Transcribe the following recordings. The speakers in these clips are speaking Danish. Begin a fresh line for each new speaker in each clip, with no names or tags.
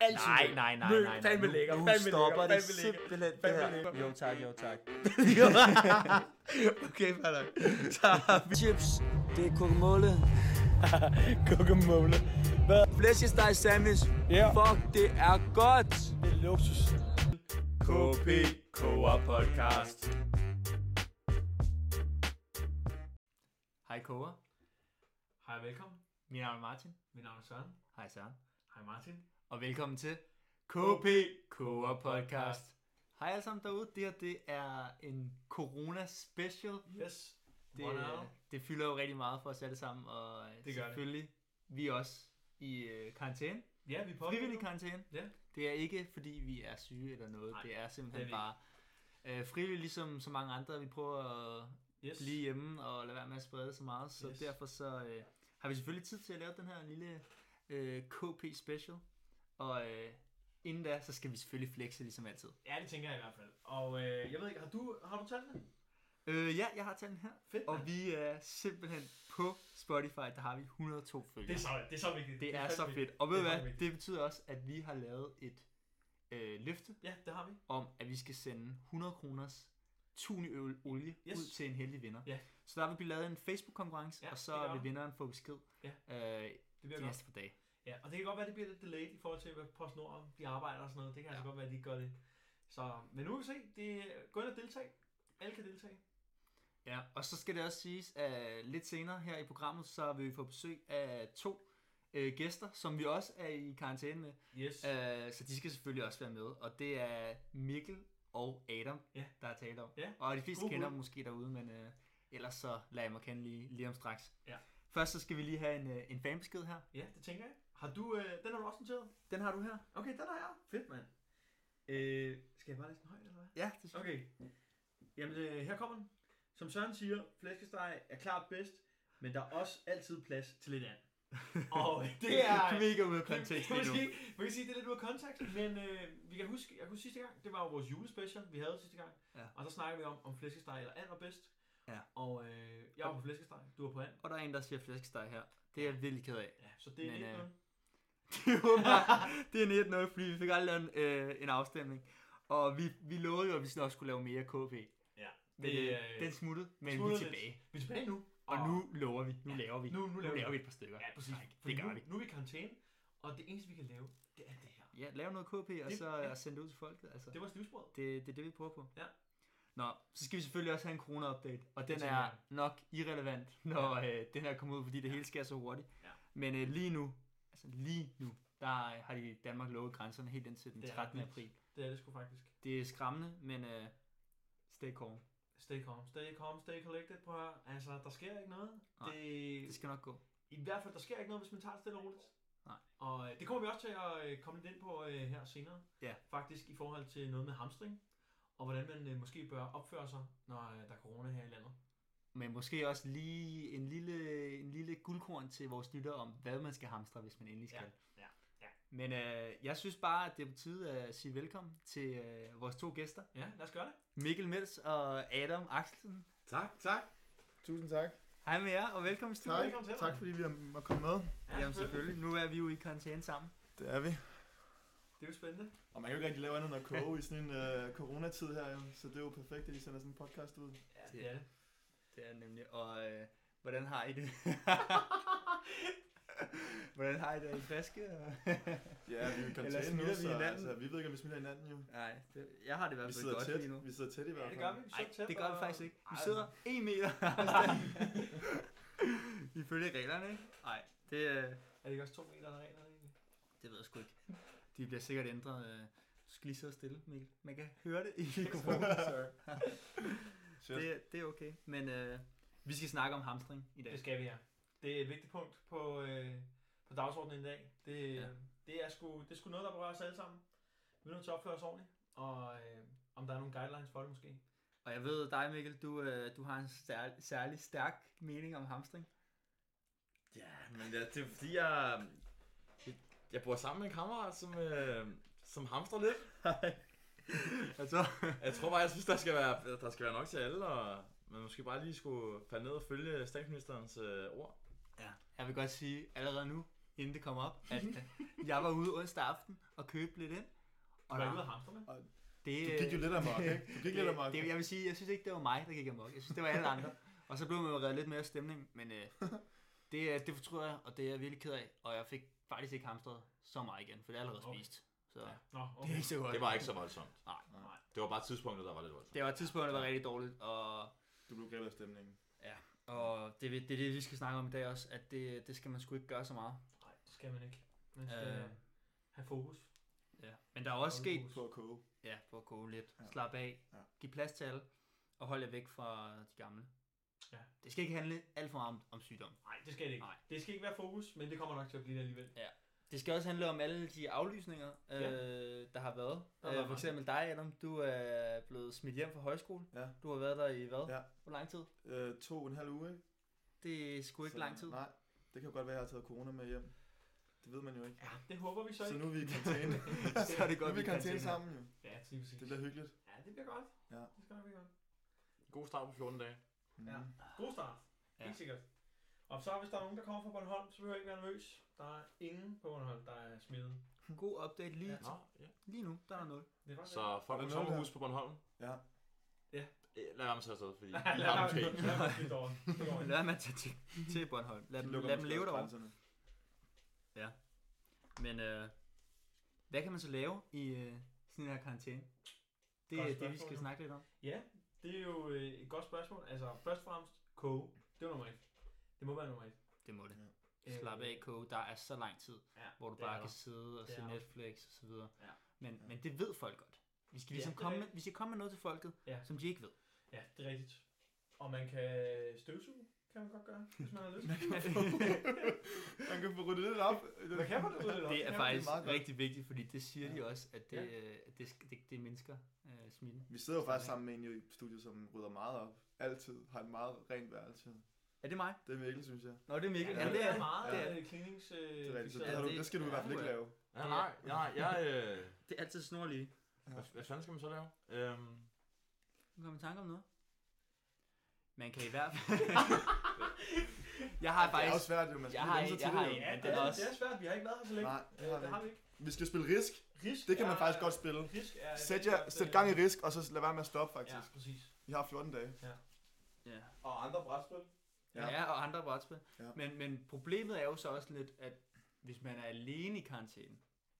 Altid
Nej,
lækker.
nej, nej,
Møl,
nej, nej.
Fandme
Nu-
lækker.
Nu
fandme
stopper
lækker,
det
fandme lækker.
simpelthen det
Fandme
her.
lækker.
Jo tak, jo tak.
okay, fair nok. Så har vi
Chips, det er kokomåle.
Guacamole.
Flæskesteg sandwich.
Ja.
Fuck, det er godt.
Det er luksus.
KP Koger Podcast. Hej Koger.
Hej og velkommen.
Mit navn er Martin.
Mit navn er Søren.
Hej Søren.
Hej Martin.
Og velkommen til KP Koger Podcast. Hej alle sammen derude. Det her det er en corona special.
Yes.
Det,
One hour.
det fylder jo rigtig meget for os alle sammen. Og øh,
Det gør det.
selvfølgelig vi også i øh, karantæne.
Ja, vi er på.
Frivillig karantæne.
Ja.
Det er ikke fordi vi er syge eller noget.
Nej,
det er simpelthen
det
det
er
bare øh, frivilligt ligesom så mange andre. Vi prøver at
Yes.
blive hjemme og lade være med at sprede så meget. Så yes.
Yes.
derfor så øh, har vi selvfølgelig tid til at lave den her lille øh, KP special. Og øh, inden da, så skal vi selvfølgelig flexe ligesom altid.
Ja, det tænker jeg i hvert fald. Og øh, jeg ved ikke, har du, har du talt det?
Øh, ja, jeg har talt den her.
Fedt,
Og
mand.
vi er simpelthen på Spotify, der har vi 102 følgere.
Det er så, det er så vigtigt.
det er
fandme
så fedt. Og ved du
Det er
hvad,
fandme
det betyder også, at vi har lavet et øh, løfte
Ja, det har vi.
om, at vi skal sende 100 kroners tuniøl olie yes.
Yes.
ud til en heldig vinder.
Ja.
Så der vil blive lavet en Facebook-konkurrence, ja,
Ja,
og
det
så
gør
vil
vi.
vinderen få besked
Ja.
øh,
Det
de
bliver godt.
næste par dage.
Ja, og det kan godt være, det bliver lidt delayed i forhold til, hvad PostNord de arbejder og sådan noget. Det kan altså godt være, at de ikke gør det. Så, men nu kan vi se. Det, gå ind og deltag. Alle kan deltage.
Ja, og så skal det også siges, at lidt senere her i programmet, så vil vi få besøg af to øh, gæster, som vi også er i karantæne med.
Yes.
Øh, så de skal selvfølgelig også være med, og det er Mikkel og Adam,
Ja.
der er tale om.
Ja.
Og de fleste
Gode
kender
bud.
dem måske derude, men øh, ellers så lader jeg mig kende lige, lige om straks.
Ja.
Først så skal vi lige have en, øh, en fanbesked her.
Ja, det tænker jeg. Har du, øh, den har du også noteret?
Den har du her.
Okay, den har jeg. Fedt, mand. Øh, skal jeg bare læse den højt, eller hvad?
Ja, det synes
Okay. Jamen, øh, her kommer den. Som Søren siger, flæskesteg er klart bedst, men der er også altid plads til lidt andet. Og det er...
mega ud af kontekst
det,
lige
det,
nu.
måske, man kan sige, det er lidt ud af kontekst, men øh, vi kan huske, jeg kunne sidste gang, det var jo vores julespecial, vi havde sidste gang,
Ja.
og der snakkede vi om, om flæskesteg eller and var bedst.
Ja.
Og øh, jeg var på flæskesteg, du var på and.
Og der er en, der siger flæskesteg her. Det er jeg virkelig ked af.
Ja, så det er
Men,
men, lidt
øh,
øh,
Det er åbenbart- det er 19-0, fordi vi fik aldrig lavet en, øh, en afstemning. Og vi, vi lovede jo, at vi snart skulle lave mere KP.
Ja.
Men
Det,
øh,
øh,
den smuttede, men
smuttede
vi er
lidt.
tilbage.
Vi er tilbage nu.
Og nu lover vi. Nu laver vi.
nu- nu laver vi.
laver vi et par stykker.
Ja, præcis.
Nej,
Fordi
det gør
nu,
vi.
Nu er vi i karantæne, og det eneste, vi kan lave, det er det her.
Ja, lave noget KP, og
Det-
så øh,
ja.
og sende det ud til folket. Altså.
Det var snivsbrød.
Det, det er det, vi prøver på.
Ja.
Nå, så skal vi selvfølgelig også have en corona-update, og den
tænker
er
jeg.
nok irrelevant, når øh, den her kommer ud, fordi det hele sker så hurtigt.
Ja.
Men øh, lige nu, altså lige nu, der øh, har de i Danmark lukket grænserne helt indtil den
Det er
13.
vildt.
april.
Det er det sgu faktisk.
Det er skræmmende, men øh, stay calm.
Stay calm, stay calm, stay collected, prøv at høre. Altså, der sker ikke noget.
Nej, Det
Det,
skal nok gå.
I hvert fald, der sker ikke noget, hvis man tager det stille og roligt.
Nej.
Og øh, det kommer vi også til at øh, komme lidt ind på øh, her senere.
Ja.
Faktisk i forhold til noget med hamstring. Og hvordan man øh, måske bør opføre sig, når øh, der er corona her i landet.
Men måske også lige en lille, en lille guldkorn til vores lytter om, hvad man skal hamstre, hvis man endelig skal.
ja, ja.
Men øh, jeg synes bare, at det er på tide at sige velkommen til øh, vores to gæster.
Ja, lad os gøre det.
Mikkel Mels og Adam Axelsen.
Tak, tak.
Tusind tak.
Hej med jer, og velkommen til
Tak.
velkommen til.
Tak fordi vi har- må komme med.
Ja,
Jamen selvfølgelig, nu er vi jo i karantæne sammen.
Det er vi.
Det er jo spændende.
Og man kan jo ikke rigtig lave andet end at koge i sådan en øh, coronatid her, jo. så det er jo perfekt, at I sender sådan en podcast ud.
Ja,
Det-
det er det.
Det er nemlig, og øh, hvordan har I det? hvordan har I det? Er I friske?
Ja, vi er jo i
Ellers
karantæne
smitter
nu,
vi
så
hinanden.
altså, vi ved ikke, om vi smitter hinanden jo.
Nej, det, jeg har det i
Vi
hvert fald
sidder
godt lige nu.
tæt, vi sidder tæt i
Ja,
hvert
det
fald.
gør vi. Vi sidder
Nej,
tæt
det gør vi
og-
faktisk ikke. Vi
Ej,
sidder en meter afstand. Ifølge reglerne, ikke? Nej, det, øh,
Er det ikke også to meter, der regler egentlig?
det ved jeg sgu ikke. De bliver sikkert ændret. øh. Du skal lige sidde stille, Mikkel. Man kan høre det i mikrofonen. så
Shit.
det, det er okay. Men øh, vi skal snakke om hamstring i dag.
Det skal vi, ja. Det er et vigtigt punkt på, øh, på dagsordenen i dag. Det,
Ja.
ja. det, er sgu, det er sgu noget, der berører os alle sammen. Vi er nødt til at opføre os ordentligt, og øh, om der er nogle guidelines for det måske.
Og jeg ved dig, Mikkel, du, øh, du har en sær- særlig stærk mening om hamstring.
Ja, men det, er- det er fordi, jeg, jeg, jeg bor sammen med en kammerat, som, øh, som hamstrer lidt.
Altså,
Jeg tror bare, jeg synes, der skal være, der skal være nok til alle, og man måske bare lige skulle falde ned og følge statsministerens øh, ord.
ja. jeg vil godt sige allerede nu, inden det kom op, at øh, jeg var ude onsdag aften og købte lidt ind.
Du
Og
er
der-
ikke ude at hamstre med?
det,
Du gik jo lidt amok, ikke? Du gik lidt amok.
Øh, det, det, jeg vil sige, jeg synes ikke, det var mig, der gik amok. Jeg synes, det var alle andre. Og så blev man jo reddet lidt mere af stemningen, men øh, det, er- det fortryder jeg, og det er jeg virkelig ked af. Og jeg fik faktisk ikke hamstret så meget igen, for det er allerede
Okay.
spist. Så ja.
Nå,
det er
okay.
ikke så godt.
Det var ikke så voldsomt.
Nej.
Nej.
Det var bare tidspunktet, der var lidt voldsomt.
Det var tidspunktet, der var rigtig dårligt, og,
Du blev grebet af stemningen.
og det, er- det er det, vi skal snakke om i dag også, at det, det skal man sgu ikke gøre så meget.
Nej, det skal man ikke. Man skal
Øh.
have fokus.
Ja. Men der er også sket,
På at koge.
ja, på at koge lidt,
Ja.
slappe af,
Ja.
give plads til alle, og holde jer væk fra de gamle.
Ja.
Det skal ikke handle alt for meget om, om sygdom.
Nej, det skal det ikke.
Nej.
Det skal ikke være fokus, men det kommer nok til at blive det alligevel.
Det skal også handle om alle de aflysninger, øh,
Ja.
der har været.
Der har
øh, for
været mange.
eksempel dig, Adam. Du er blevet smidt hjem fra højskole.
Ja.
Du har været der i hvad?
Ja.
Hvor lang tid?
Øh, to og en halv uge, ikke?
Det er sgu ikke
Så-
lang tid.
Nej, det kan jo godt være, at jeg har taget corona med hjem. Det ved man jo ikke.
Ja, det håber vi så
Så
ikke.
nu er vi i karantæne.
så er det
nu
godt,
er vi i karantæne
karantæne.
sammen jo.
Ja, det er
Det bliver hyggeligt.
Ja, det bliver godt.
Ja.
Det skal nok blive godt.
God start på 14 dage.
Mm.
Ja. God start.
Ja.
Ja. Helt sikkert. Og så hvis der er nogen, der kommer fra Bornholm, så behøver I ikke være nervøs. Der er ingen på Bornholm, der er smittet.
God update lige,
Nå, ja.
lige nu. Der er nul.
Det var
Så folk med tomme hus på Bornholm.
Ja.
Ja.
Eh, Lad være med at tage afsted, fordi
Lad
vi har dem til.
mig
Lad mig tage til, til Bornholm. Lad,
Så
dem,
lukker
lad
man
dem
sgu
leve
også
derovre.
grænserne.
Men øh, hvad kan man så lave i øh, sådan en her karantæne? Det
Godt
er det, vi
spørgsmål,
skal
jo.
snakke lidt om.
Ja, det er jo øh, et godt spørgsmål. Altså, først og fremmest, koge. Det er nummer et. Det må være nummer et.
Det må det.
Øh,
Slap af, K. Der er så lang tid.
Ja,
hvor du
det er
bare
der.
kan sidde og
Det
se
er der.
Netflix og så videre.
Ja.
Men,
Ja.
men det ved folk godt. Vi skal
Ja,
ligesom
det er
komme, med,
rigtigt.
vi skal komme med noget til folket,
Ja.
som de ikke ved.
Ja, det er rigtigt. Og man kan støvsuge, kan man godt gøre, hvis man har lyst.
Man kan få ryddet lidt op.
Man kan få det ud
Det er
det er
faktisk
meget godt.
rigtig vigtigt, fordi det siger
Ja.
de også, at det,
Ja.
øh, at det, sk- det, det er mennesker øh, smitten.
Vi sidder jo faktisk sammen med en i studiet, som rydder meget op. Altid. Har en meget rent værelse.
Er det mig?
Det er virkelig, synes jeg.
Nå, det er Mikkel.
Ja, det er meget
Ja.
ja. cleanings... Øh,
Det er rigtigt. Så
fixeret.
det, har du,
det-
det skal du i hvert fald ikke lave.
Ja, nej, nej, jeg... Øh,
det er altid snorlige.
hvad, hvad fanden skal man så lave? Øhm,
Nu kommer i tanke om noget. Man kan i hvert fald... jeg har
Det er
faktisk...
også svært, jo. Man skal
Jeg
lige
har
vende
en-
sig til
jeg har
det, jo.
en.
Ja,
Men
det
den
er,
er
det
også-
er svært. Vi har ikke været her så længe.
Nej, det
Øh,
har
det har
vi
vi ikke.
ikke. Vi skal spille risk.
Risk
Det kan man
er-
faktisk godt spille.
Risk er...
Sæt, jer, sæt gang i risk, og så lad være med at stoppe,
Ja,
faktisk.
præcis.
Vi har 14 dage.
Ja.
Og andre brætspil.
Ja.
Ja.
ja, og andre brætspil. Ja.
Ja.
Men, men problemet er jo så også lidt, at hvis man er alene i karantæne,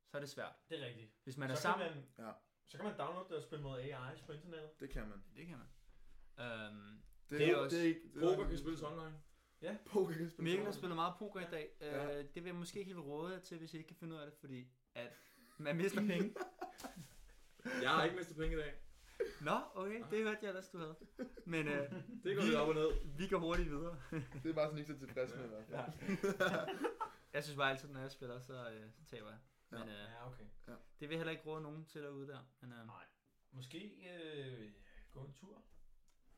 så er det svært.
Det er rigtigt.
Hvis man er
så
sammen...
Kan man,
Ja.
Så kan man downloade det og spille mod AI's på internettet.
Det kan man.
Det kan man. Øhm,
Det,
Det er også-
ikke... det er-
poker kan spilles online.
Poker kan spille.
Mikkel har spillet meget poker i dag. Øh,
Ja.
det vil jeg måske ikke helt råde jer til, hvis I ikke kan finde ud af det, fordi at man mister penge.
Jeg har ikke mistet penge i dag.
Nå, okay, det hørte jeg ellers, du havde. Men øh,
Det går lidt op og ned.
vi går hurtigt videre.
Det er bare sådan ikke så tilfreds med i hvert fald.
Jeg synes bare altid, når jeg spiller, så øh, så taber jeg. Men øh,
Ja, okay.
det vil jeg heller ikke råde nogen til derude der. Men, øh,
Måske øh, gå en tur.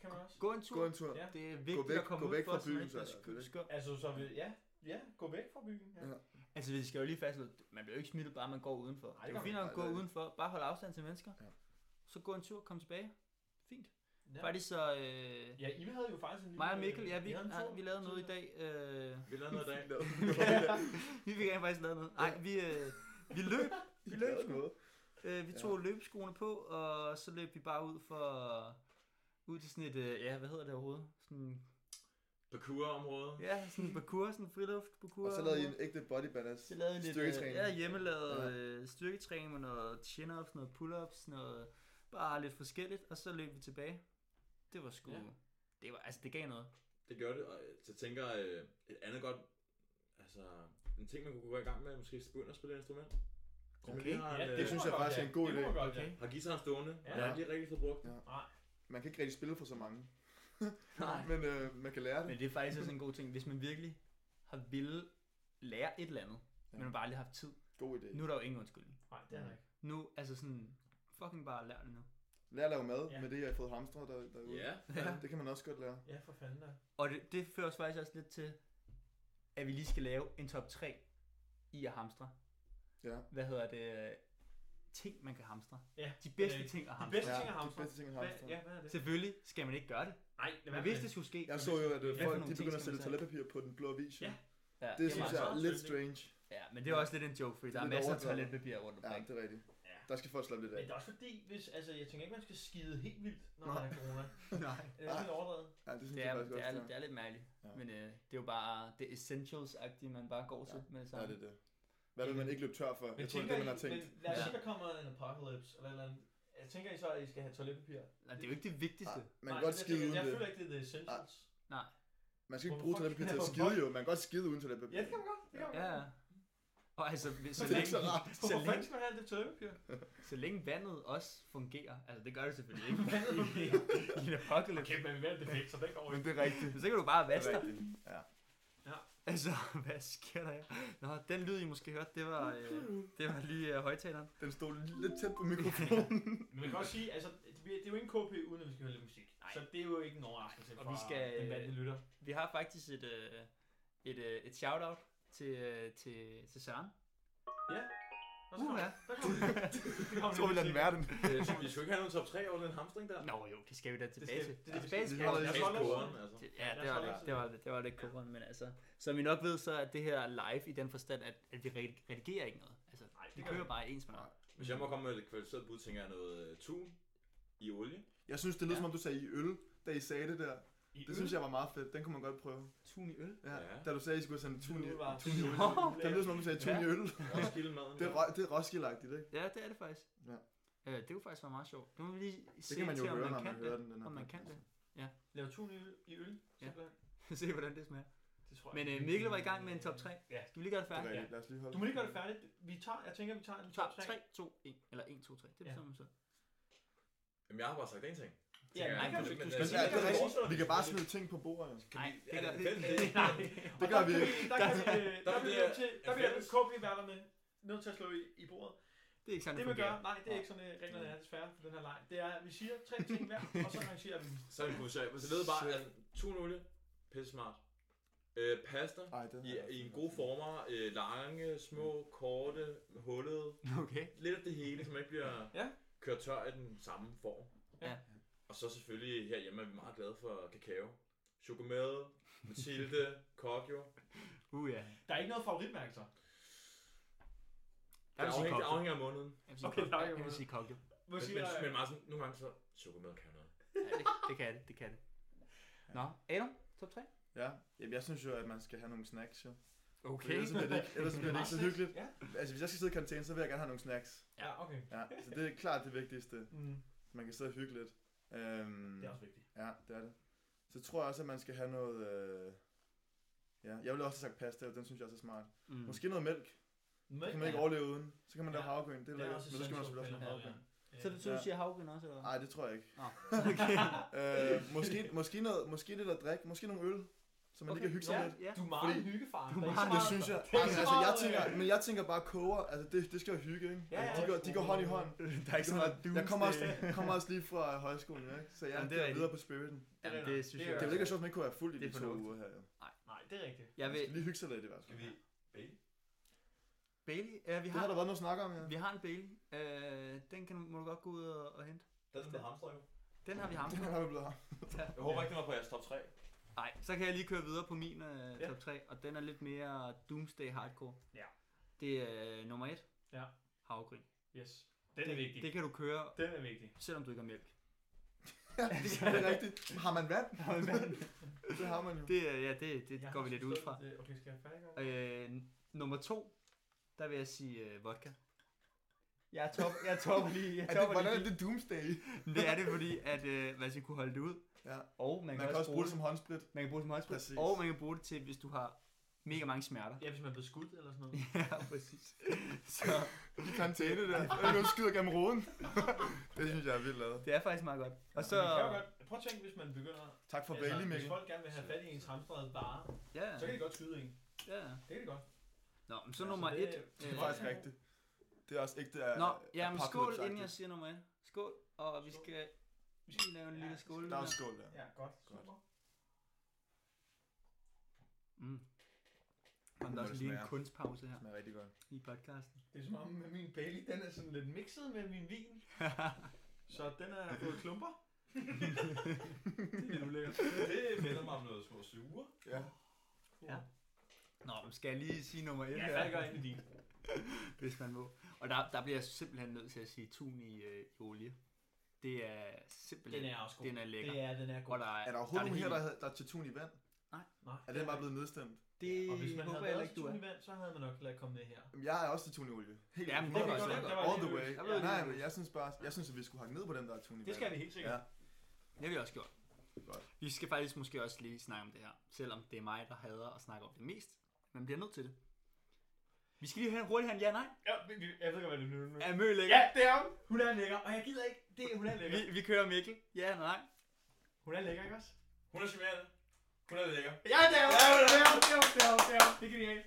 Kan man også?
gå en tur.
Gå en tur.
Ja.
Det er vigtigt
Gå væk-
at komme
gå
ud
væk
for,
fra
så man
byen,
ikke
så er
bliver
det det,
skør.
Altså, så vil, ja, ja, gå væk fra byen. Ja.
Ja.
Altså, vi skal jo lige fastslå, man bliver jo ikke smittet, bare man går udenfor.
det
det er
gør
jo fint
man
nok at
ikke.
gå udenfor, bare holde afstand til mennesker.
Ja.
Så gå en tur, kom tilbage. Fint.
Ja.
Faktisk så... Øh,
ja, I havde jo faktisk en ny...
mig og Mikkel, ja,
øh,
vi,
havde en
ja,
tur
vi lavede noget i
tidligere.
dag. Øh,
Vi lavede noget i dag.
vi fik rent faktisk lavet noget. Nej, vi, øh, vi løb.
Vi lavede noget.
Øh, vi tog løbeskoene på, og så løb vi bare ud for... Ud til sådan et, øh, ja, hvad hedder det overhovedet? Sådan,
Parkour-område.
ja, sådan en parkour, sådan en friluft parkour.
Og så lavede I en ægte body ballast.
Så lavede vi lidt øh,
Styrketræning.
ja, hjemmelavet ja. Øh, styrketræning med noget chin-ups, noget pull-ups, noget bare lidt forskelligt, og så løb vi tilbage. Det var sgu... Ja.
Ja.
Det var, altså, det gav noget.
Det gør det, og jeg tænker øh, et andet godt, altså en ting, man kunne gå i gang med, måske begynde at spille et instrument. Så man
Okay.
lige har en,
Ja,
det synes
må
jeg
man
faktisk
godt,
er
ja.
en god
øh, Det må
idé.
man godt, ja.
Har guitaren stående,
Ja.
ja. og jeg har lige rigtig fået brugt. den.
Man kan ikke rigtig spille for så mange.
Nej.
Men øh, man kan lære det.
Men det er faktisk også en god ting, hvis man virkelig har ville lære et eller andet, ja.
Ja.
men man bare aldrig har haft tid.
God idé.
Nu er der jo ingen undskyldning.
Nej, det er der ikke.
Nu, altså sådan, fucking bare lær det nu.
Lær at lave mad
Ja.
med det, jeg har fået hamstret der, derude.
Ja.
Ja, Det kan man også godt lære.
Ja, for fanden da.
Og det, det fører os faktisk også lidt til, at vi lige skal lave en top 3 i at hamstre.
Ja.
Hvad hedder det? øh, Ting, man kan hamstre.
Ja,
De
det er
bedste
rigtigt.
ting at
De
hamstre.
bedste ting
Ja,
er
de
hamster.
bedste ting er hamstret.
Ja, hvad er det?
Selvfølgelig skal man ikke gøre det.
Nej, det
Men hvis det skulle ske...
Jeg så jo, at øh,
Hvad for
folk
nogle ting
de begynder at
skal
sælge
man så-
toiletpapir på den blå avis. jo.
Ja.
ja,
Det
er
synes
meget
jeg er
smart.
lidt strange.
Ja, men det er også lidt en joke, fordi
Det
der
er
er
lidt
masser af
overdrevet.
toiletpapir rundt
Ja,
omkring.
det er rigtigt.
Ja.
Der skal folk slappe lidt
Men det
af.
er også fordi, hvis, altså, jeg tænker ikke, man skal skide helt vildt, når
Nej.
man har corona.
Nej.
Det er lidt overdrevet.
Ja, det synes
Det
jeg
er,
faktisk
det,
også.
er, det er lidt mærkeligt,
Ja.
ja. men øh, det er jo bare det essentials-agtige, man bare går til med det
Ja,
samme.
det er det. Hvad vil man ikke løbe tør for?
Men
Jeg tror, det
tænker
er det, man har
I-
tænkt.
Men lad os
Ja.
sige, der kommer en apocalypse, eller, et eller andet. Jeg tænker I så, at I skal have toiletpapir?
Nej, det er jo ikke det vigtigste.
Ah, Man kan godt
det
skide
tænker,
uden
jeg, jeg føler
det.
ikke, det er the essentials.
Man skal ikke
Hvorfor
bruge
fuck
toiletpapir til at
skal jeg
skide
have
jo. Man kan godt skide uden
Ja,
toiletpapir.
det kan man godt. Det kan man
Ja,
godt.
ja. Og altså, hvis, så,
Det er
længe,
ikke så rart.
så,
Hvorfor fanden
længe,
skal man have alt det toiletpapir?
så længe vandet også fungerer, altså det gør det selvfølgelig ikke
Vandet fungerer.
i en apokalypse,
Okay, men vi vandt det fik, så den går ikke.
det er rigtigt.
så kan du bare vaske dig.
Ja.
Altså, hvad sker der her? Nå, den lyd, I måske hørte, det var, øh, det var lige øh, højtaleren.
Den stod lidt tæt på mikrofonen.
Men man kan også sige, altså, det bliver- det er jo ikke en KP, uden at vi skal høre lidt musik.
Nej.
Så det er jo ikke en overraskelse
Og vi skal,
fra den vante
øh,
lytter.
Vi har faktisk et, øh, et, øh, et shout-out til, øh, til, til Søren.
Og så kommer,
Uha.
der kommer, der kommer
Jeg tror, vi lader den være den.
Øh, så vi skal jo ikke have nogen top 3 over den hamstring der.
Nå jo, det skal vi da tilbage
skal-
til.
det er det, vi
tilbage
skal-
til.
det er
Det
Jeg
er
holder
scoren,
sådan.
altså.
Ja,
Ja,
det
så
var
er
det.
det
Det var, det var lidt korrekt, men altså, som I nok ved, så er det her live i den forstand, at, at vi re- redigerer ikke noget. Altså,
Nej, det
vi
gør vi
kører
ikke.
bare ens med
Nej.
Hvis jeg må komme med et kvalificeret bud, tænker jeg noget øh, tun i olie.
Jeg synes, det lød
Ja.
som om, du sagde i øl, da I sagde det der.
I
Det synes jeg var meget fedt. Den kunne man godt prøve.
Tun i øl?
Ja.
Ja.
Da du sagde, at I skulle sende tun i
Det var-
tun i øl. Det lød som om, du sagde tun i øl.
Roskilde maden.
Det er, rø- det er roskilagtigt, ikke?
Ja, det er det faktisk.
Ja.
Øh, det kunne faktisk være meget sjovt. Nu må vi lige se
Det kan man jo
til, om
høre,
man
når
kan
man hører
det.
den. den her
om man kan
podcast.
det.
Laver tun i øl, i øl
Ja.
simpelthen.
se, hvordan det smager.
Det tror jeg.
Men øh, Mikkel var i gang med en top 3.
Ja.
Skal vi lige gøre det
Det er
færdigt?
rigtigt. Lad os lige holde
Du må lige gøre det færdigt. Vi tager, jeg tænker, vi tager en top
Top
3.
3, 2, 1. Eller 1, 2, 3. Det
Ja.
bestemmer man så.
Jamen, jeg har bare sagt én ting.
Ja,
Tænker
nej,
jeg,
kan
men
du-
det
du
er
skal
Men
Altså,
sådan-
ja, det er
Kan vi-
rigtigt. Vi kan bare smide ting på bordet. jo.
Nej, det
Ja,
gør
det er
det
det.
ikke.
Nej,
Det
og
gør
der
vi
kan
ikke.
Der, kan vi, øh, der,
Der
bliver,
bliver-
til, der
ja,
bliver
fælles.
KB-værterne nødt til at slå i, i bordet.
Det er ikke sådan,
Det
det
man
fungerer.
gør, nej, det er ikke sådan, øh, reglerne er desværre for den her leg. Det er, at vi siger tre ting hver, og så arrangerer vi dem.
Så er det improviseret. Men det lød bare, at tunolie, pisse smart. Øh, pasta
Ej, Ah, det altså-
i, i en god former. Øh, lange, små, korte, hullede.
Okay.
Lidt af det hele, som ikke bliver
Ja.
kørt tør af den samme form.
Ja.
Og så selvfølgelig herhjemme er vi meget glade for kakao. Chokomade, Mathilde, Kokio.
Uh ja.
Der er ikke noget favoritmærke, så.
Det
Jeg vil sige
afhænger, det
Kokio.
afhænger af måneden.
Jeg vil sige
Okay,
Kokio.
tak,
Jeg vil sige øh, Kokio.
Hvor
Men,
siger
men,
jeg,
men Martin, nogle gange så chokomad kan noget.
Ja, det, det kan det, det kan det. Nå, Adam, top 3?
Ja, Jamen, jeg synes jo, at man skal have nogle snacks, jo. Okay.
Okay.
Ellers så bliver det ikke, ellers så bliver det ikke så hyggeligt.
Ja.
Altså, hvis jeg skal sidde i karantæne, så vil jeg gerne have nogle snacks.
ja, okay.
Ja, så det er klart det vigtigste.
Mm.
Så man kan sidde og hygge lidt. Øhm,
Det er også vigtigt.
ja, det er det. Så tror jeg også, at man skal have noget... Øh, ja, jeg ville også have sagt pasta, og den synes jeg også er smart.
Mm.
Måske noget mælk. Det kan man ikke overleve uden. Så kan man lave
Ja.
havgryn, det er
Det er
lækkert.
også
Men så skal man
essential
selvfølgelig også
for
lave
den
havgryn.
her
Så
verden.
det du
Ja.
siger havgryn også, eller hvad?
Nej, det tror jeg ikke.
Nå, okay.
Øh, måske, måske, noget, måske lidt at drikke, måske nogle øl, så man okay. lige kan hygge sig
ja,
lidt.
ja.
Du er meget
Fordi-
hyggefar.
Du er
Der
meget-
ikke så
Det
meget-
synes jeg.
Det er ikke
Altså,
så
altså, jeg
meget,
tænker, men jeg tænker bare koger. Altså, det, det skal jo hygge, ikke?
Ja, ja.
Altså, de, går, de går hånd i hånd.
Der er ikke så meget øh.
Jeg kommer også, kommer også lige fra højskolen, ikke? Så jeg
Jamen,
Jamen,
det er
det er
rigtigt.
videre på spiriten. Det
Jamen,
Det er-
det synes
det
jeg
er-
er jo ikke sjovt, at man ikke kunne være fuld i
Det er
de to
fornuftigt.
uger her, jo.
Nej, det er rigtigt.
Jeg
Man
vil...
skal lige hygge sig lidt i hvert fald.
Skal vi bage?
Bailey? Ja, vi
Det har
har,
der været noget snak om, ja.
vi har en Bailey. Øh, den kan, må du godt gå ud og, og hente.
Den er den hamster jo.
Den har vi
Den
hamstret.
har vi blevet ham.
Mm. Jeg håber ikke, den var på jeres top 3.
Nej, så kan jeg lige køre videre på min øh,
Ja.
top 3, og den er lidt mere Doomsday Hardcore.
Ja.
Det er øh, nummer 1.
Ja.
Havgryn.
Yes. Den er vigtig.
Det kan du køre,
Den er vigtig.
selvom du ikke har mælk.
Ja, det er rigtigt. Har man vand? Det har man jo.
Det, øh, ja, det, det
Jeg
går
har
vi lidt ud
forstået
fra.
det. Okay, skal jeg færdiggøre det?
Øh, n- nummer 2, der vil jeg sige øh, vodka. Jeg top, jeg topper lige, jeg
Er det,
topper
hvordan
lige.
er det doomsday?
Det er det, fordi at øh, man skal kunne holde det ud.
Ja.
Og man,
Man kan også bruge det som håndsprit.
Man kan bruge det som højsprit.
Præcis.
Og man kan bruge det til, hvis du har mega mange smerter.
Ja, hvis man er blevet skudt eller sådan noget.
ja, præcis. Så
I karantæne der. Og nu skyder gennem roden. det synes jeg er vildt lavet.
det er faktisk meget godt. Og så...
Så... Man kan jo godt, prøv at tænke, hvis man begynder... Altså,
Tak for Bailey,
hvis
Mikkel.
folk gerne vil have fat i ens hamstrede vare,
Ja,
så kan de godt skyde en.
ja.
Det kan de godt.
Nå, men så
Ja,
nummer øh,
så det-
1.
Det er faktisk rigtigt. Det er også ikke det er
Nå, ja, men skål,
Øh, apocalypse-agtigt.
inden jeg siger nummer 1. Skål, og vi
Skål.
skal... Vi skal lave en
Ja,
lille
det
skål.
Der er
her.
også skål der.
Ja, godt.
Godt.
Super.
Mm.
må
Kom, der er
det
også lige en
smage.
kunstpause
Det
her
smager rigtig godt.
i podcasten.
Det er som om, at min Bailey, den er sådan lidt mixet med min vin. så den er fået klumper. det er lidt ulækkert.
Det minder mig om noget små sure.
Ja.
Ja. Nå, men skal jeg lige sige nummer 1
Ja,
her?
færdig gør ind i din.
hvis man må. Og der, der bliver jeg simpelthen nødt til at sige tun i, øh, i olie. Det er simpelthen...
Den er også god.
Den er lækker.
Det er, den er
Og
god.
der er,
Er der overhovedet nogen her,
helt-
der, havde- der er titun i vand?
Nej,
Er den bare blevet nedstemt?
Det
Og hvis man havde
håber jeg
været
ikke, du er.
i vand, så havde man nok heller ikke kommet med her.
Jamen, jeg er også titun i olie. Helt
Ja, men
vildt.
det kan godt
All the
være.
way. All the
Det
way.
var
lige-
Nej, men jeg synes bare, jeg synes, at vi skulle hakke ned på dem, der er titun i vand.
Det skal vi helt sikkert.
Ja.
Det har vi også gjort.
Godt.
Vi skal faktisk måske også lige snakke om det her. Selvom det er mig, der hader at snakke om det mest. Man bliver nødt til det. Vi skal lige have hurtigt have en ja-nej.
Ja, vi- vi- jeg ved godt, hvad det er nu.
Er Mø lækker?
Ja, det er hun. Hun er lækker, og jeg gider ikke. Det er, hun er lækker.
Vi, vi kører Mikkel. Ja, nej.
Hun er lækker, ikke også?
Hun er charmerende. Hun er lækker.
Ja, det er hun. Ja, det er hun. Det er hun. Det er hun. Det er hun. Det er genialt.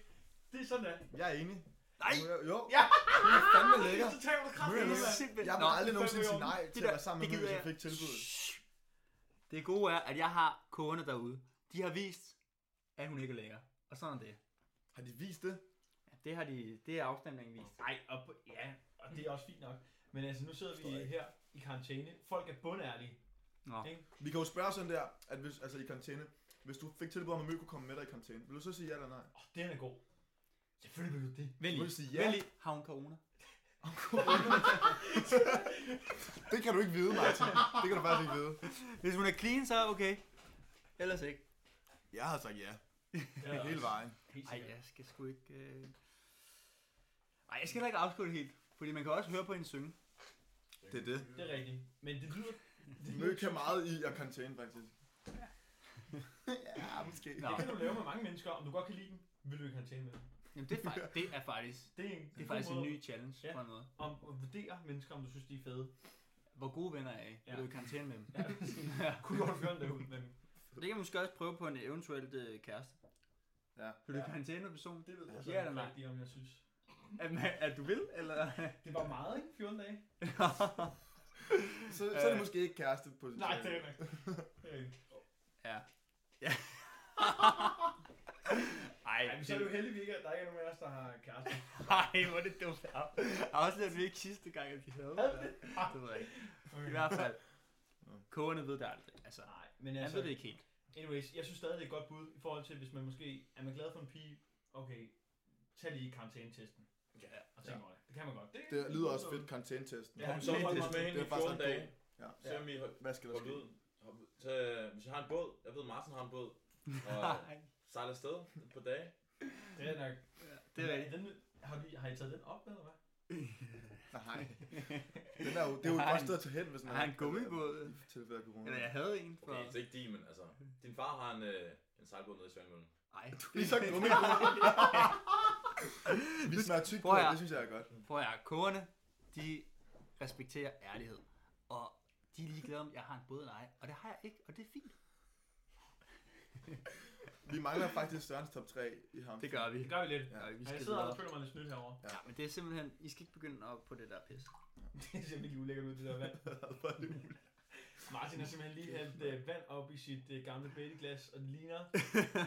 Det er sådan der.
Jeg er enig.
Nej!
Jo,
Ja.
det er fandme lækker.
Så tager du kraft.
Mø er
Det
lækker.
simpelthen...
Jeg
Nå,
vil aldrig nogensinde sige nej til
der-
at være sammen med
det
mig, hvis
gider
jeg fik tilbuddet.
Shh. Det gode er, at jeg har kunder derude. De har vist, at hun ikke er lækker. Og sådan er det.
Har de vist det?
Ja, Det har de, det er afstemningen vist.
Nej, og på- ja, og det er også fint nok. Men altså, nu sidder vi her i karantæne. Folk er bundærlige.
Nå.
Vi kan jo spørge sådan der, at hvis, altså i karantæne, hvis du fik tilbud om, at Mø kunne komme med dig i karantæne, vil du så sige ja eller nej?
Åh, den er god. Selvfølgelig vil du det.
Vælg
Må
lige.
du sige ja?
Ja. Vælg lige. Har hun corona?
Det kan du ikke vide, Martin. Det kan du faktisk ikke vide.
Hvis hun er clean, så okay. Ellers ikke.
Jeg har sagt ja.
Ja,
Hele vejen.
Helt
Ej,
sikkert.
jeg skal sgu ikke... Øh... Ej, jeg skal heller ikke afskrive det helt. Fordi man kan også høre på hende synge.
Det er det.
Det er rigtigt. Men det lyder... Det,
Mø kan meget i at karantæne, faktisk. ja, måske.
Nå,
det kan du lave med mange mennesker. Om du godt kan lide dem, vil du i karantæne med dem.
jamen det er, fakt- det er faktisk,
Det er en,
det er faktisk
god
en
måde
ny challenge
Ja.
på en måde.
Om at vurdere mennesker, om du synes, de er fede.
Hvor gode venner er I? Ja.
Ja.
Du er i karantæne med dem.
Ja. Kunne du godt gøre det ud, men
Det kan man måske også prøve på en eventuelt øh, kæreste.
Ja.
Vil du i
Ja.
karantæne med personen?
det ved jeg
Ja,
altså
eller
ikke
nej?
rigtigt, om jeg synes.
At, at du vil, eller?
Det var meget, ikke? 14 dage?
Så, så er det måske ikke kæreste på
Nej, det Øh. er rigtigt. Det er rigtigt.
ja. Ja. Ej,
Ej, men så er det jo heldigt, vi ikke- at der ikke er nogen af os, der har kæreste.
Ej, hvor er det dumt. Afslørte vi ikke sidste gang, at vi havde. det? Ah. Det ved jeg ikke. I hvert fald. Kogerne ved det aldrig. Altså,
Nej, men
han
altså,
ved det ikke helt.
anyways, jeg synes stadig, det er et godt bud i forhold til, hvis man måske er man glad for en pige, okay, tag lige karantænetesten.
Ja.
Og tænk over det. Det kan man godt. Det,
Det lyder også fedt, karantænetesten.
Ja,
Om så
det-
holder
det-
man med hende i
det er faktisk
14
ret
dage.
Ja.
Se om I hold-
Hvad skal der
holder
ske?
ud. Hop- Så øh, hvis jeg har en båd, jeg ved, Martin har en båd, og
Nej,
sejler afsted på dage.
Det er nok.
det er rigtigt.
Den, har, vi, har I taget den op, eller hvad?
Nej. Den er jo, det er
Jeg
jo et
har
godt
en-
sted at tage hen, hvis man
Jeg har en gummibåd.
I tilfælde af corona.
Eller jeg havde en for...
Okay, det er ikke din, men altså, din far har en, øh, en sejlbåd nede i Svanemøllen.
Ej, du
Lige så gummibåd. Vi smager tyk på,
Prøv her.
det synes jeg er godt.
Prøv at høre, kogerne, de respekterer ærlighed. Og de er ligeglade om, jeg har en båd eller ej. Og det har jeg ikke, og det er fint.
Vi mangler faktisk Sørens top 3 i ham.
Det gør vi.
Det gør vi
Ja,
lidt.
vi
Ja, jeg
skal
sidder og
videre.
føler mig lidt snydt herovre.
Ja, men det er simpelthen, I skal ikke begynde op på det der pis.
Det ser virkelig ulækkert ud, det der vand. Martin har simpelthen lige hældt øh, vand op i sit øh, gamle bætteglas, og det ligner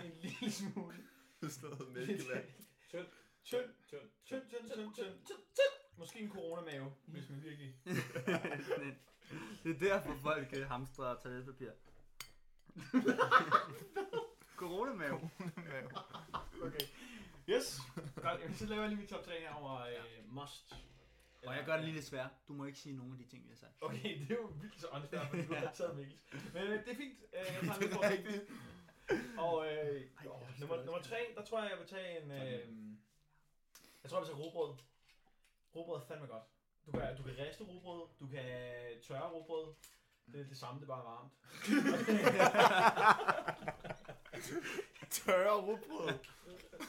en lille smule.
Sådan noget mælkevand.
Tynd,
Tynd,
tynd, tynd.
tynd, tynd, tynd, tynd, tynd, Måske en coronamave, hvis man virkelig...
Sådan en- det er derfor, folk øh, hamstrer toiletpapir. Coronamave.
Okay. Yes. Godt, jamen, så laver jeg lige mit top 3 her over øh, must.
Og jeg gør det lige lidt svært. Du må ikke sige nogen af de ting, vi har sagt.
Okay, det er jo vildt så åndssvært, fordi du har taget Mikkels. Men øh, det er fint. Øh, jeg tager
Det
lidt
er
på
rigtigt.
Og øh,
Ej, jeg
åh,
skal
nummer,
også-
nummer 3, der tror jeg, jeg vil tage en... Øh, jeg tror, jeg vil tage robrød. Robrød er fandme godt. Du kan, du kan riste robrød, du kan øh, tørre robrød. Det er det samme, det er bare varmt.
Tørre rugbrød. Altså,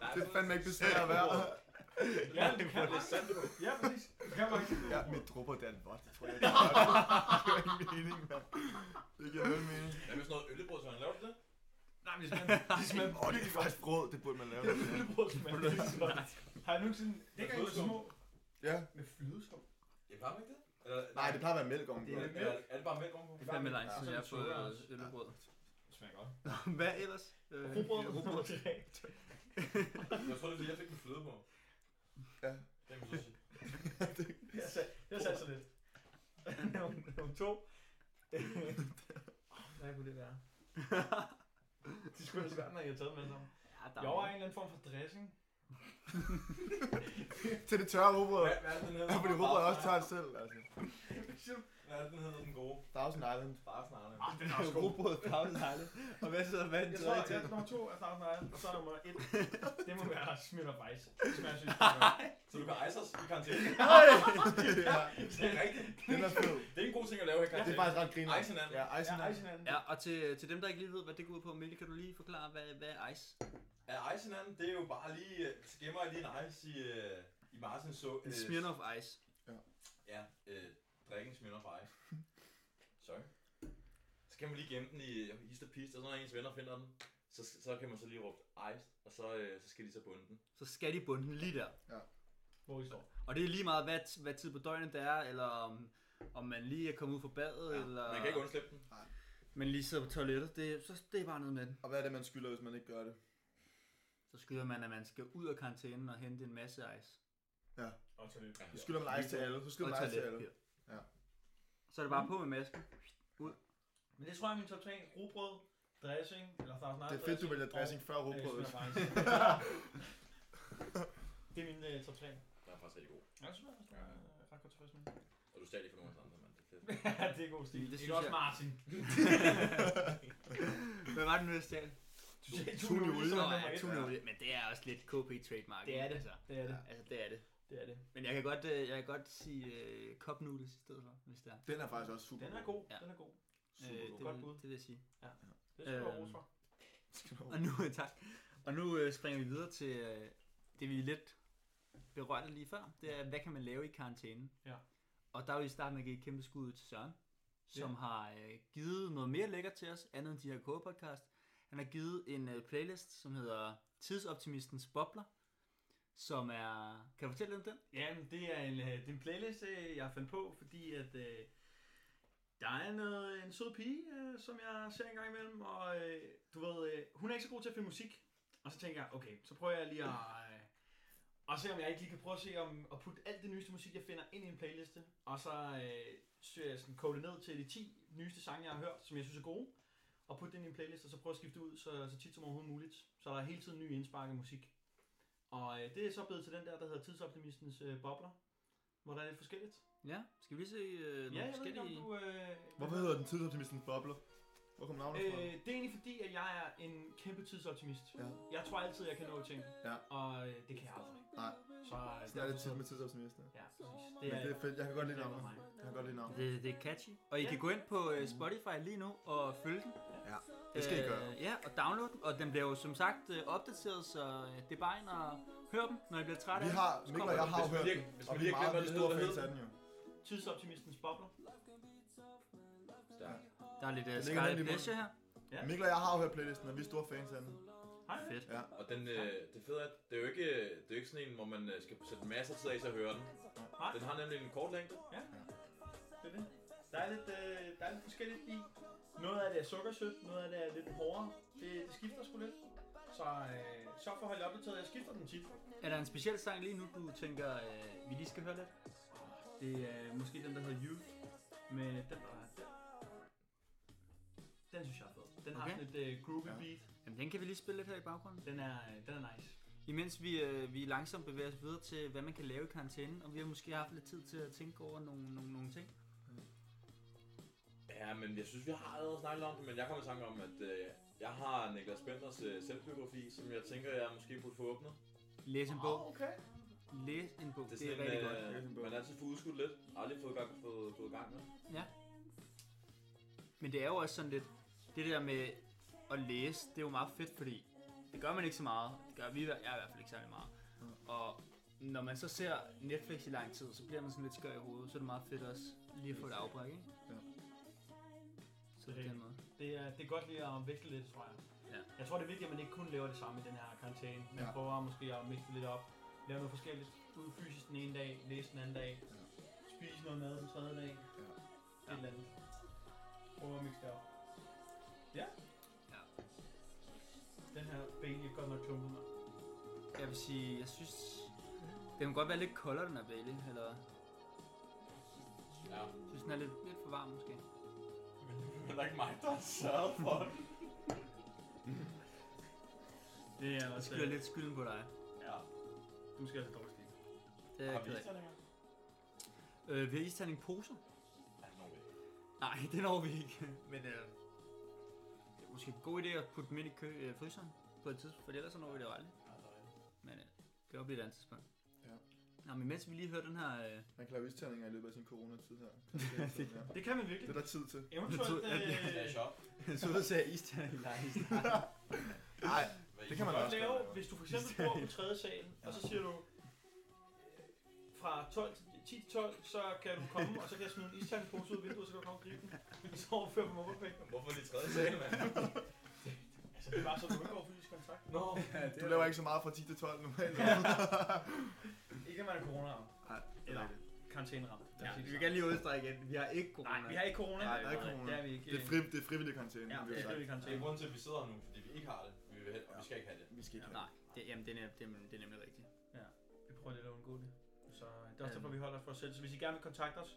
Der
Det er fandme ikke besvær at være.
Ja, du kan
Det er
faktisk.
sandt, du.
Ja, præcis. Du kan faktisk.
Ja, mit drupper, det er en vod. Det tror jeg ikke. Det giver ingen mening, mand. Det giver nul mening.
Hvad med sådan noget øllebrød, Søren? Laver du det?
Nej, men det smager, det smager
Åh, det er faktisk brød. Det burde man lave.
Øllebrød smager virkelig godt. Har jeg nogensinde... Det kan jeg små
Ja.
med flydeskum.
Jeg plejer ikke det. Eller,
Nej, det plejer at være mælk om.
Det er
er, er, er det bare mælk ovenpå?
Det er fandme lang tid,
Ja,
jeg har fået
sådan en
øh, øllebrød.
Det smager godt.
Hvad ellers? Øh,
Robrød nummer
rugbrød.
3.
Jeg tror, det er fordi, jeg fik en fløde på.
Ja.
Det kan man så sige.
Jeg sat, jeg sat så lidt. Nummer- Nummer to. Øh, Hvad kunne det være? Det skulle være svært, når jeg har taget med sammen.
Ja, der
Jo, er en
er
eller anden form for dressing.
Til det tørre rugbrød.
Hvad, hvad er det, den hedder?
Ja, fordi rugbrød også tager selv, altså.
Hvad er det, den hedder, den gode?
Thousand Island.
Bare snarere.
Ah, den er også god. Rugbrød, Thousand Island. Og hvad så hvad
Jeg
den
tror,
tredje til?
at nummer to er Thousand Island, og så er nummer et. Det må være Smirnoff Ice. Det smager sygt godt.
Så du kan ejse os i karantæne.
ja,
Det er rigtigt.
den er fed.
Det er en god ting at lave i
Det
karantæne.
er faktisk ret griner.
Ejse hinanden.
Ja, Ice
Ja,
and
Ice hinanden.
Ja, og til, til dem, der ikke lige ved, hvad det går ud på, Mille, kan du lige forklare, hvad, hvad er ice?
Ja, ejse hinanden, det er jo bare lige... øh, Så gemmer jeg lige en ejse i, øh, i Martins så... øh,
En Smirnoff Ice.
Ja, øh, drikken sminder fra ice. Sorry. Så kan man lige gemme den i hist og pist, og så når ens venner finder den, så, så kan man så lige råbe ice, og så, øh, så skal de så bunde den.
Så skal de bunde den lige der.
Hvor vi står.
Og det er lige meget, hvad, hvad tid på døgnet det er, eller om, om man lige er kommet ud fra badet, ja, eller
Man kan ikke undslippe den.
man lige sidder på toilettet. Det, så det er bare noget med den.
Og hvad er det, man skylder, hvis man ikke gør det?
Så skylder man, at man skal ud af karantænen og hente en masse ice.
Og så lidt.
Så skylder man ice til alle. Så skylder
og
man ice til alle.
toiletpapir.
Ja.
Så er det bare på med masken.
Men det tror jeg er min top 3. Rugbrød, dressing, eller Thousand Island
Det er fedt, du vælger
og,
dressing før
øh,
rugbrød.
Smirnoff Ice. Det er min øh, top 3.
Den er faktisk rigtig god.
Jeg synes, det er ret godt tilfreds med.
Og du er stadig for nogen andre, mand. Det er fedt.
det er god stil.
Det
Det, det
synes
er også
jeg-
Martin.
Hvad var det nu, jeg stjal?
Du sagde
Tune i olie.
som
Nå,
nummer
ja,
et.
tun i olie. Men det er også lidt KP trademark.
Det er
ikke?
det.
Altså,
Det er det.
altså, det er det.
Det er det.
Men jeg kan godt, øh, jeg kan godt sige øh, cup noodles i stedet for, hvis det er.
Den er faktisk også super
Den er god.
Ja.
Den er god.
Øh,
Supergod.
det,
Godt
vil,
bud.
det vil jeg sige.
Det skal du have
Øhm,
ros for.
Og nu, tak. Og nu øh, springer vi videre til øh, det, vi lidt berørte lige før. Det er, hvad kan man lave i karantænen?
Ja.
Og der vil vi starte med at give et kæmpe skud ud til Søren, som
Ja.
har øh, givet noget mere lækkert til os, andet end de her K-podcast. Han har givet en øh, playlist, som hedder Tidsoptimistens Bobler, som er... Kan du fortælle lidt om den?
Jamen, det er en, øh, det er en playlist, øh, jeg har fundet på, fordi at øh, der er noget, en sød pige, øh, som jeg ser en gang imellem, og øh, du ved, øh, hun er ikke så god til at finde musik. Og så tænker jeg, okay, så prøver jeg lige at... Øh, og se om jeg ikke lige kan prøve at se om at putte alt det nyeste musik, jeg finder ind i en playliste. Og så øh, søger jeg sådan kode ned til de 10 nyeste sange, jeg har hørt, som jeg synes er gode. Og putte det ind i en playlist, og så prøve at skifte ud så, så tit som overhovedet muligt. Så der er hele tiden nye indspark af musik. Og øh, det er så blevet til den der, der hedder Tidsoptimistens øh, bobler, hvor der er lidt forskelligt.
Ja, skal vi lige se øh, nogle
ja, jeg
forskellige...
ved ikke, om du... Øh,
Hvorfor hedder den tidsoptimisten Bobler? Hvor kom navnet fra?
Øh, det er egentlig fordi, at jeg er en kæmpe tidsoptimist.
Ja.
Jeg tror altid, jeg kan nå ting.
Ja.
Og øh, det kan jeg aldrig.
Nej.
Så øh,
Sådan er det
derfor-
tit med tidsoptimister.
Ja, præcis.
Men det er fedt. Jeg kan godt lide
det er
navnet.
mig.
Jeg kan godt lide navnet.
Det, det er catchy. Og I kan gå ind på øh, Spotify lige nu og følge den.
Ja, det skal I gøre.
Øh, ja, og download den. Og den bliver jo som sagt øh, opdateret, så øh, det er bare ind og hør dem, når I bliver trætte
Vi
af
har,
den. Så
Mikkel
kommer
og
den.
jeg har jo
Hvis
hørt den,
man lige- hvis
og
man
vi
lige
er
glemmer,
meget store
hvad den hedder,
fans
hvad
af den jo.
Tidsoptimistens bobler.
Stærkt.
Der er lidt
ligger
uh, Scarlet
nemlig i
Pleasure her.
Ja.
Mikkel og jeg har jo hørt playlisten, og vi er store fans af den.
Hej.
Fedt.
Ja.
Og den, øh, det fede er, at det er jo ikke, det er jo ikke sådan en, hvor man øh, skal sætte masser tid af, så hører den.
Nej.
Den har nemlig en kort længde.
Det er det. Der er lidt, øh, der er lidt forskelligt i. Noget af det er sukkersødt, noget af det er lidt hårdere. Det, det skifter sgu lidt. Så øh, sørg for at holde jer opdateret. Jeg skifter den tit.
Er der en speciel sang lige nu, du tænker, øh, vi lige skal høre lidt?
Det er måske den, der hedder Youth. Med den, der er der. Den synes jeg er fed. Den har
Okay.
sådan et øh, groovy
Ja.
beat.
Jamen, den kan vi lige spille lidt her i baggrunden.
Den er, øh, den er nice.
Imens vi, øh, vi langsomt bevæger os videre til, hvad man kan lave i karantænen, og vi har måske haft lidt tid til at tænke over nogle, nogle, nogle ting.
Ja, men jeg synes, vi har allerede snakket om det, men jeg kommer i tanke om, at øh, jeg har Niklas Benders øh, selvbiografi, som jeg tænker, jeg måske burde få åbnet.
Læs en
Ah,
bog.
okay.
Læs en bog. Det er,
sådan
rigtig
en,
godt.
øh, Man har altid fået udskudt lidt. Aldrig fået gang, fået, fået gang med.
Men det er jo også sådan lidt, det der med at læse, det er jo meget fedt, fordi det gør man ikke så meget. Det gør vi, i hver- jeg i hvert fald ikke særlig meget. Og når man så ser Netflix i lang tid, så bliver man sådan lidt skør i hovedet, så er det meget fedt også lige at få et afbræk, ikke?
Ja.
Så på den måde.
Det er, det er godt lige at veksle lidt, tror jeg.
Ja.
Jeg tror, det er vigtigt, at man ikke kun laver det samme i den her karantæne, men
Ja.
ja. prøver måske at mixe lidt op. Lave noget forskelligt. Ud fysisk den ene dag, læse den anden dag.
Ja.
Spise noget mad den tredje dag.
Ja.
Et eller andet. Prøv at mixe det op. Ja.
Ja.
Den her baby er godt nok klumpen.
Jeg vil sige, jeg synes, den kan godt være lidt koldere, den her Bailey, eller
Ja.
jeg synes, den er lidt, lidt for varm måske.
Men det er heller ikke mig, der har sørget for det.
Det er
Jeg
også...
skylder lidt skylden på dig.
Ja. Det er måske også et dårligt stil.
Det er
Har
jeg
vi
ked af.
isterninger?
Øh, vi har isterning poser.
Ja, det når vi ikke.
Nej, det når vi ikke. Men øh, det er måske en god idé at putte dem ind i kø, øh, fryseren på et tidspunkt, for ellers så når vi det jo aldrig.
Ja, der er ikke.
Men øh, det kan jo blive et andet tidspunkt.
Ja.
Nå, men mens vi lige hører den her... Øh,
Man kan lave isterninger i løbet af sin coronatid her. ja.
Det kan man virkelig.
Det er der tid til.
Eventuelt...
Jeg tror,
Det er i
Øh,
shop.
så ud sagde isterning, nej, isterning.
Nej,
Hvad
det
I-
kan man
du kan
også
godt
godt
lave,
lave.
hvis du for eksempel bor på tredje salen, og så siger du, øh, fra 12 til 10 til 12, så kan du komme, og så kan jeg smide en istandpose ud af vinduet, så kan du komme og gribe den, og så overføre dem over penge.
Hvorfor lige tredje sal, mand?
Altså, det er bare så, du ikke går fysisk kontakt.
Nå,
Du laver ikke så meget fra 10 til 12 normalt.
Ikke at man er corona
Nej,
Eller karantæneramt.
Ja, vi kan lige udstrække igen. Vi har ikke corona.
Nej, vi har ikke corona.
Nej, der er ikke corona.
Det er vi ikke.
Det er, fri, det er frivillig karantæne,
Ja,
har vi
det
jo
er
sagt.
frivillig
det er
karantæne.
grunden til, at vi sidder her nu, fordi vi ikke har det. Vi vil hen, og vi skal ikke have det.
Vi skal ikke have
Nej, det, jamen, det er, nem- det, er, det er nemlig rigtigt.
Vi prøver lidt at undgå det. Så øh, det er også derfor,
Øhm.
vi holder os for os selv. Så hvis I gerne vil kontakte os,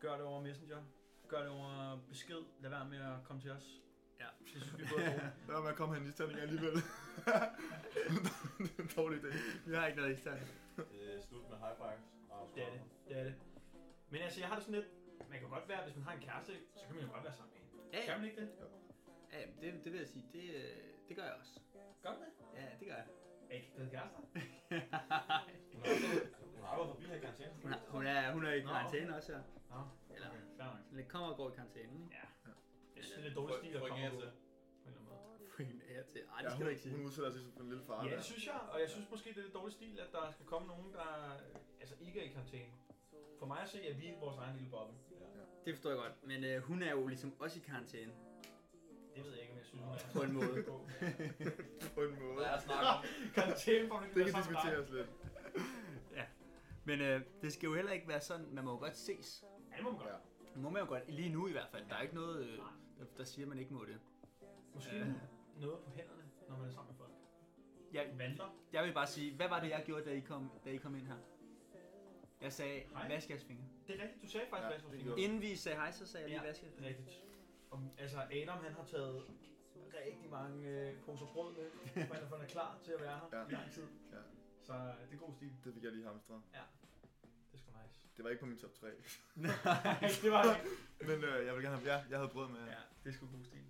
gør det over Messenger. Gør det over besked. Lad være med at komme til os.
Ja.
Det synes vi både er gode.
det. Lad være med at komme her en isterning alligevel. det er en dårlig idé.
Vi har ikke noget isterning.
Det er slut med high fives. og
Det er det. Det er det. Men altså, jeg har det sådan lidt... Man kan jo godt være, hvis man har en kæreste, så kan man jo godt være sammen med hende.
Ja,
Kan
ja.
man ikke det?
ja jamen, det, det vil jeg sige. Det, øh, det gør jeg også.
Gør man det?
Ja, det gør jeg.
Er ikke blevet kærester?
Hun har- Hun har været forbi her i karantæne.
Hun er, hun er, hun er i
Nå,
karantæne også, ja.
Nå,
Eller
okay, fair nok.
lidt kommer og går i karantæne, ikke?
Ja. Det er sådan lidt dårlig
Får-
stil at
får ikke
komme
ære
på.
til.
på en eller anden måde.
Fucking ære til. Ej,
Ja,
det skal
hun,
du ikke sige.
hun udsætter sig for en lille fare.
Ja,
der.
det synes jeg, og jeg synes måske, det er lidt dårlig stil, at der skal komme nogen, der øh, altså ikke er i karantæne. For mig at se, at vi er vores egen lille boble.
Det forstår jeg godt. Men øh, hun er jo ligesom også i karantæne.
Det ved jeg ikke, om jeg synes, hun er.
På en måde.
På en måde.
Der er snak om,
Karantæne, hvor hun ikke
Det
kan
kan
være sammen med dig.
diskuteres lidt.
Men øh, det skal jo heller ikke være sådan, man må jo godt ses.
Ja, det må man godt.
Ja.
Det må man jo godt, lige nu i hvert fald. Der er ikke noget, øh, der, der siger, man ikke må det.
Måske
Ja.
noget på hænderne, når man er sammen med folk.
Jeg,
Vandler.
jeg vil bare sige, hvad var det, jeg gjorde, da I kom, da I kom ind her? Jeg sagde,
Hej.
vask jeres fingre.
Det er rigtigt, du sagde faktisk,
Ja,
hvad
det
jeg
gjorde
Inden vi sagde hej, så sagde jeg lige, vask jeres fingre.
Rigtigt. Og, altså Adam han har taget rigtig mange øh, poser brød med, for han er- for han er klar til at være her
Ja.
i lang tid.
Ja.
Så øh, det er god stil.
Det fik jeg lige hamstret.
Det er sgu nice.
Det var ikke på min top 3.
Nej, det var det ikke.
Men øh, jeg vil gerne have... Ja, jeg havde brød med.
Ja, det er sgu god stil.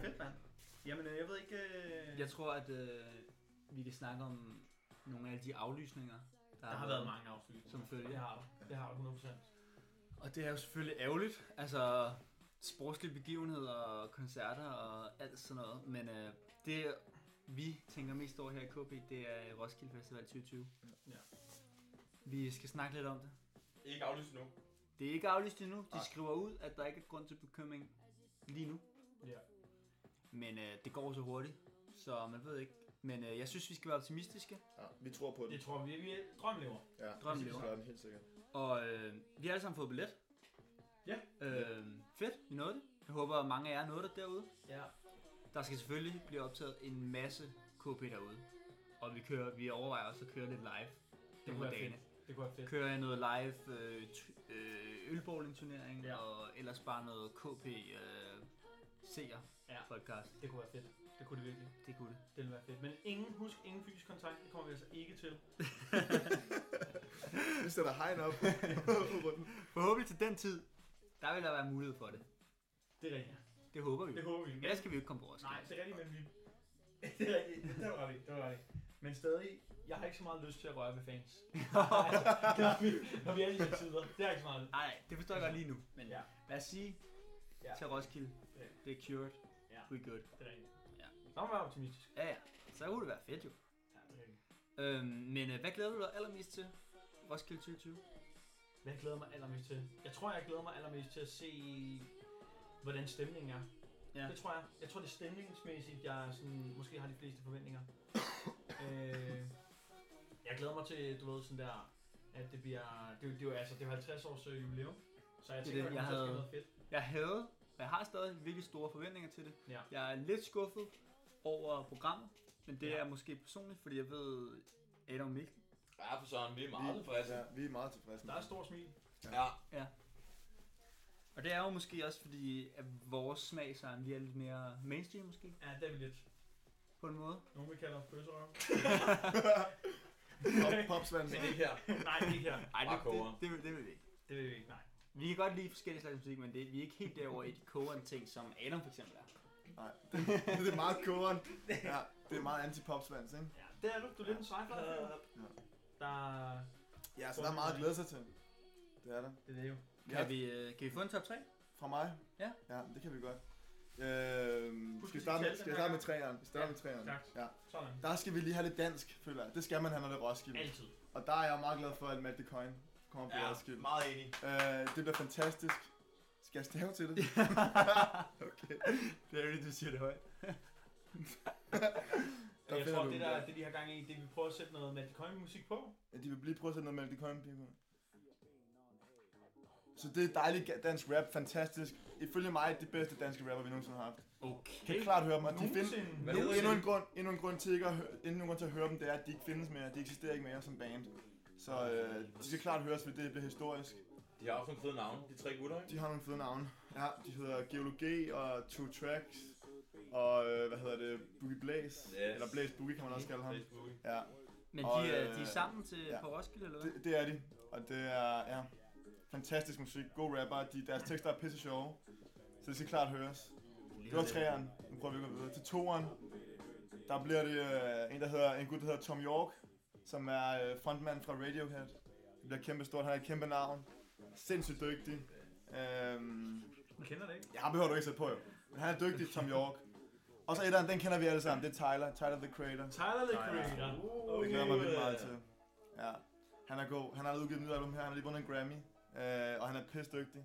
Fedt, mand. Jamen, øh, jeg ved ikke... Øh...
Jeg tror, at øh, vi kan snakke om nogle af de aflysninger, der,
der har været mange afslutninger.
Som følge.
Det har der. Det har der 100%.
Og det er jo selvfølgelig ærgerligt. Altså, sportslige begivenheder og koncerter og alt sådan noget. Men øh, det, vi tænker mest over her i KB, det er øh, Roskilde Festival 2020.
Ja.
Vi skal snakke lidt om det.
ikke aflyst nu.
Det er ikke aflyst endnu. De
Nej.
skriver ud, at der ikke er grund til bekymring lige nu.
Ja.
Men øh, det går så hurtigt, så man ved ikke. Men øh, jeg synes, vi skal være optimistiske.
Ja, vi tror på den.
Det tror vi, vi er drømlever.
Ja,
Drømmen
vi
lever.
tror den helt sikkert.
Og øh, vi har alle sammen fået billet.
Ja.
Øh, fedt, vi nåede det. Jeg håber, at mange af jer nåede det derude.
Ja.
Der skal selvfølgelig blive optaget en masse KP derude. Og vi, kører, vi overvejer også at køre lidt live.
Det
nogle
kunne
af
være
dagene.
fedt. Det kunne være fedt.
Kører jeg noget live øh, t- øh, ølbowling-turnering,
Ja.
ja. og ellers bare noget KP øh, seer
Ja.
podcast.
Det kunne være fedt. Det kunne det virkelig.
Det kunne det.
Det ville være fedt. Men ingen, husk, ingen fysisk kontakt. Det kommer vi altså ikke til.
Vi sætter hegn op.
Forhåbentlig til den tid, der vil der være mulighed for det.
Det er rigtigt.
Det håber vi.
Det håber vi. Men-
Ellers skal vi jo ikke komme på Roskilde.
Nej, det er rigtigt, men vi... det er rigtigt. Det var rigtigt. Det var rigtigt. Men stadig, jeg har ikke så meget lyst til at røre ved fans. altså, når, vi, når vi er i de her tider. Det har jeg ikke så meget.
Nej, det forstår jeg godt lige nu. Men
Ja.
ja. lad os sige
Ja.
ja. til Roskilde,
Ja.
det er cured,
Ja.
we good.
Det er rigtigt.
Ja.
Så må man være optimistisk.
Ja, ja. Så kunne det være fedt jo.
Ja, det er rigtigt.
Øhm, men øh, hvad glæder du dig allermest til? Roskilde 2020?
Hvad jeg glæder mig allermest til? Jeg tror, jeg glæder mig allermest til at se, hvordan stemningen er.
Ja.
Det tror jeg. Jeg tror, det er stemningsmæssigt, jeg sådan, måske har de fleste forventninger. øh, jeg glæder mig til, du ved, sådan der, at det bliver... Det, er jo- det er jo altså, det er jo 50 års øh, jubilæum. Så jeg
Det er
tænker,
det,
der
jeg
kommer til
havde-
at ske noget fedt.
Jeg havde, og jeg har stadig virkelig store forventninger til det.
Ja.
Jeg er lidt skuffet over programmet, men det
Ja.
ja. er måske personligt, fordi jeg ved Adam og Mikkel.
Ja, for søren, vi er meget tilfredse.
Ja, vi er meget tilfredse
Der
med
er et
det.
stort smil.
Ja.
Og det er jo måske også fordi, at vores smag så er lidt mere mainstream måske.
Ja, det er vi lidt.
på en måde.
Nogen vil kalde ham bøsserøv.
Pop, popsvand.
Men ikke her.
Nej, ikke her.
Ej,
Bare
det, det,
kogere.
det, vil, det vil vi ikke.
Det vil vi ikke, nej.
Vi kan godt lide forskellige slags musik, men det, vi er ikke helt derover i de kogeren ting, som Adam for eksempel er.
Nej, det, det er meget kogeren. Ja, det er meget anti-popsvans, ikke?
Ja, det er du. Du er lidt en sci-fi. Øh, Der er...
Ja, så der er meget at glæde sig til. Det er der.
Det er det jo.
Kan, vi, øh, kan vi få en top 3?
Fra mig?
Ja.
Ja, det kan vi godt. Øh,
Husk,
skal
vi
vi starte
skal
med, skal
den her
jeg starte med træeren? Vi starter med træeren.
Tak.
Ja.
Sådan.
Der skal vi lige have lidt dansk, føler jeg. Det skal man have, når det er Roskilde.
Altid.
Og der er jeg jo meget glad for, at Matt Coin kommer på ja. Roskilde.
meget enig.
Øh, det bliver fantastisk. Skal jeg stave til det? okay.
Det er rigtigt, du siger det højt.
Der
jeg
finder
tror,
du
det,
den
der,
der.
det vi har gang i, det er, vi prøver at sætte noget Magic Coin musik på.
Ja, de vil lige prøve at sætte noget Matt Coin på. Så det er dejligt ga- dansk rap, fantastisk. Ifølge mig, det bedste danske rapper, vi nogensinde har haft.
Okay.
Kan klart høre dem, og de, find,
Nogensinde.
Hvad
Nu,
hedder
endnu,
det?
en grund, endnu en grund til ikke at høre, endnu en grund til at høre dem, det er, at de ikke findes mere, de eksisterer ikke mere som band. Så øh, de skal klart høres, fordi det bliver historisk.
De har også nogle fede navne, de tre gutter, ikke?
De har nogle fede navne. Ja, de hedder Geologi og Two Tracks og øh, hvad hedder det, Boogie Blaze,
Yes. Mhm.
eller Blaze Boogie kan man også kalde ham.
Facebook.
Ja,
Men
Og,
de, øh,
øh,
de er sammen til,
ja.
på Roskilde, eller hvad?
det, det er de, og det er ja, fantastisk musik, god rapper, de, deres tekster er pisse sjove, så det skal klart høres. Det var træeren, nu prøver vi at gå videre. Til toeren, der bliver det øh, en, der hedder, en gut, der hedder Tom York, som er øh, frontmand fra Radiohead. Det bliver kæmpe stort, han er et kæmpe navn. Sindssygt dygtig. Øhm,
Du kender det ikke?
ja, ham behøver du ikke sætte på, jo. Men han er dygtig, Tom York. Og så etteren, den kender vi alle sammen, det er Tyler, Tyler the Creator.
Tyler the
Nej,
Creator.
Det glæder jeg mig vildt meget til. Ja. Han er god. Han har udgivet et nyt album her, han har lige vundet en Grammy. Øh, og han er pisse dygtig.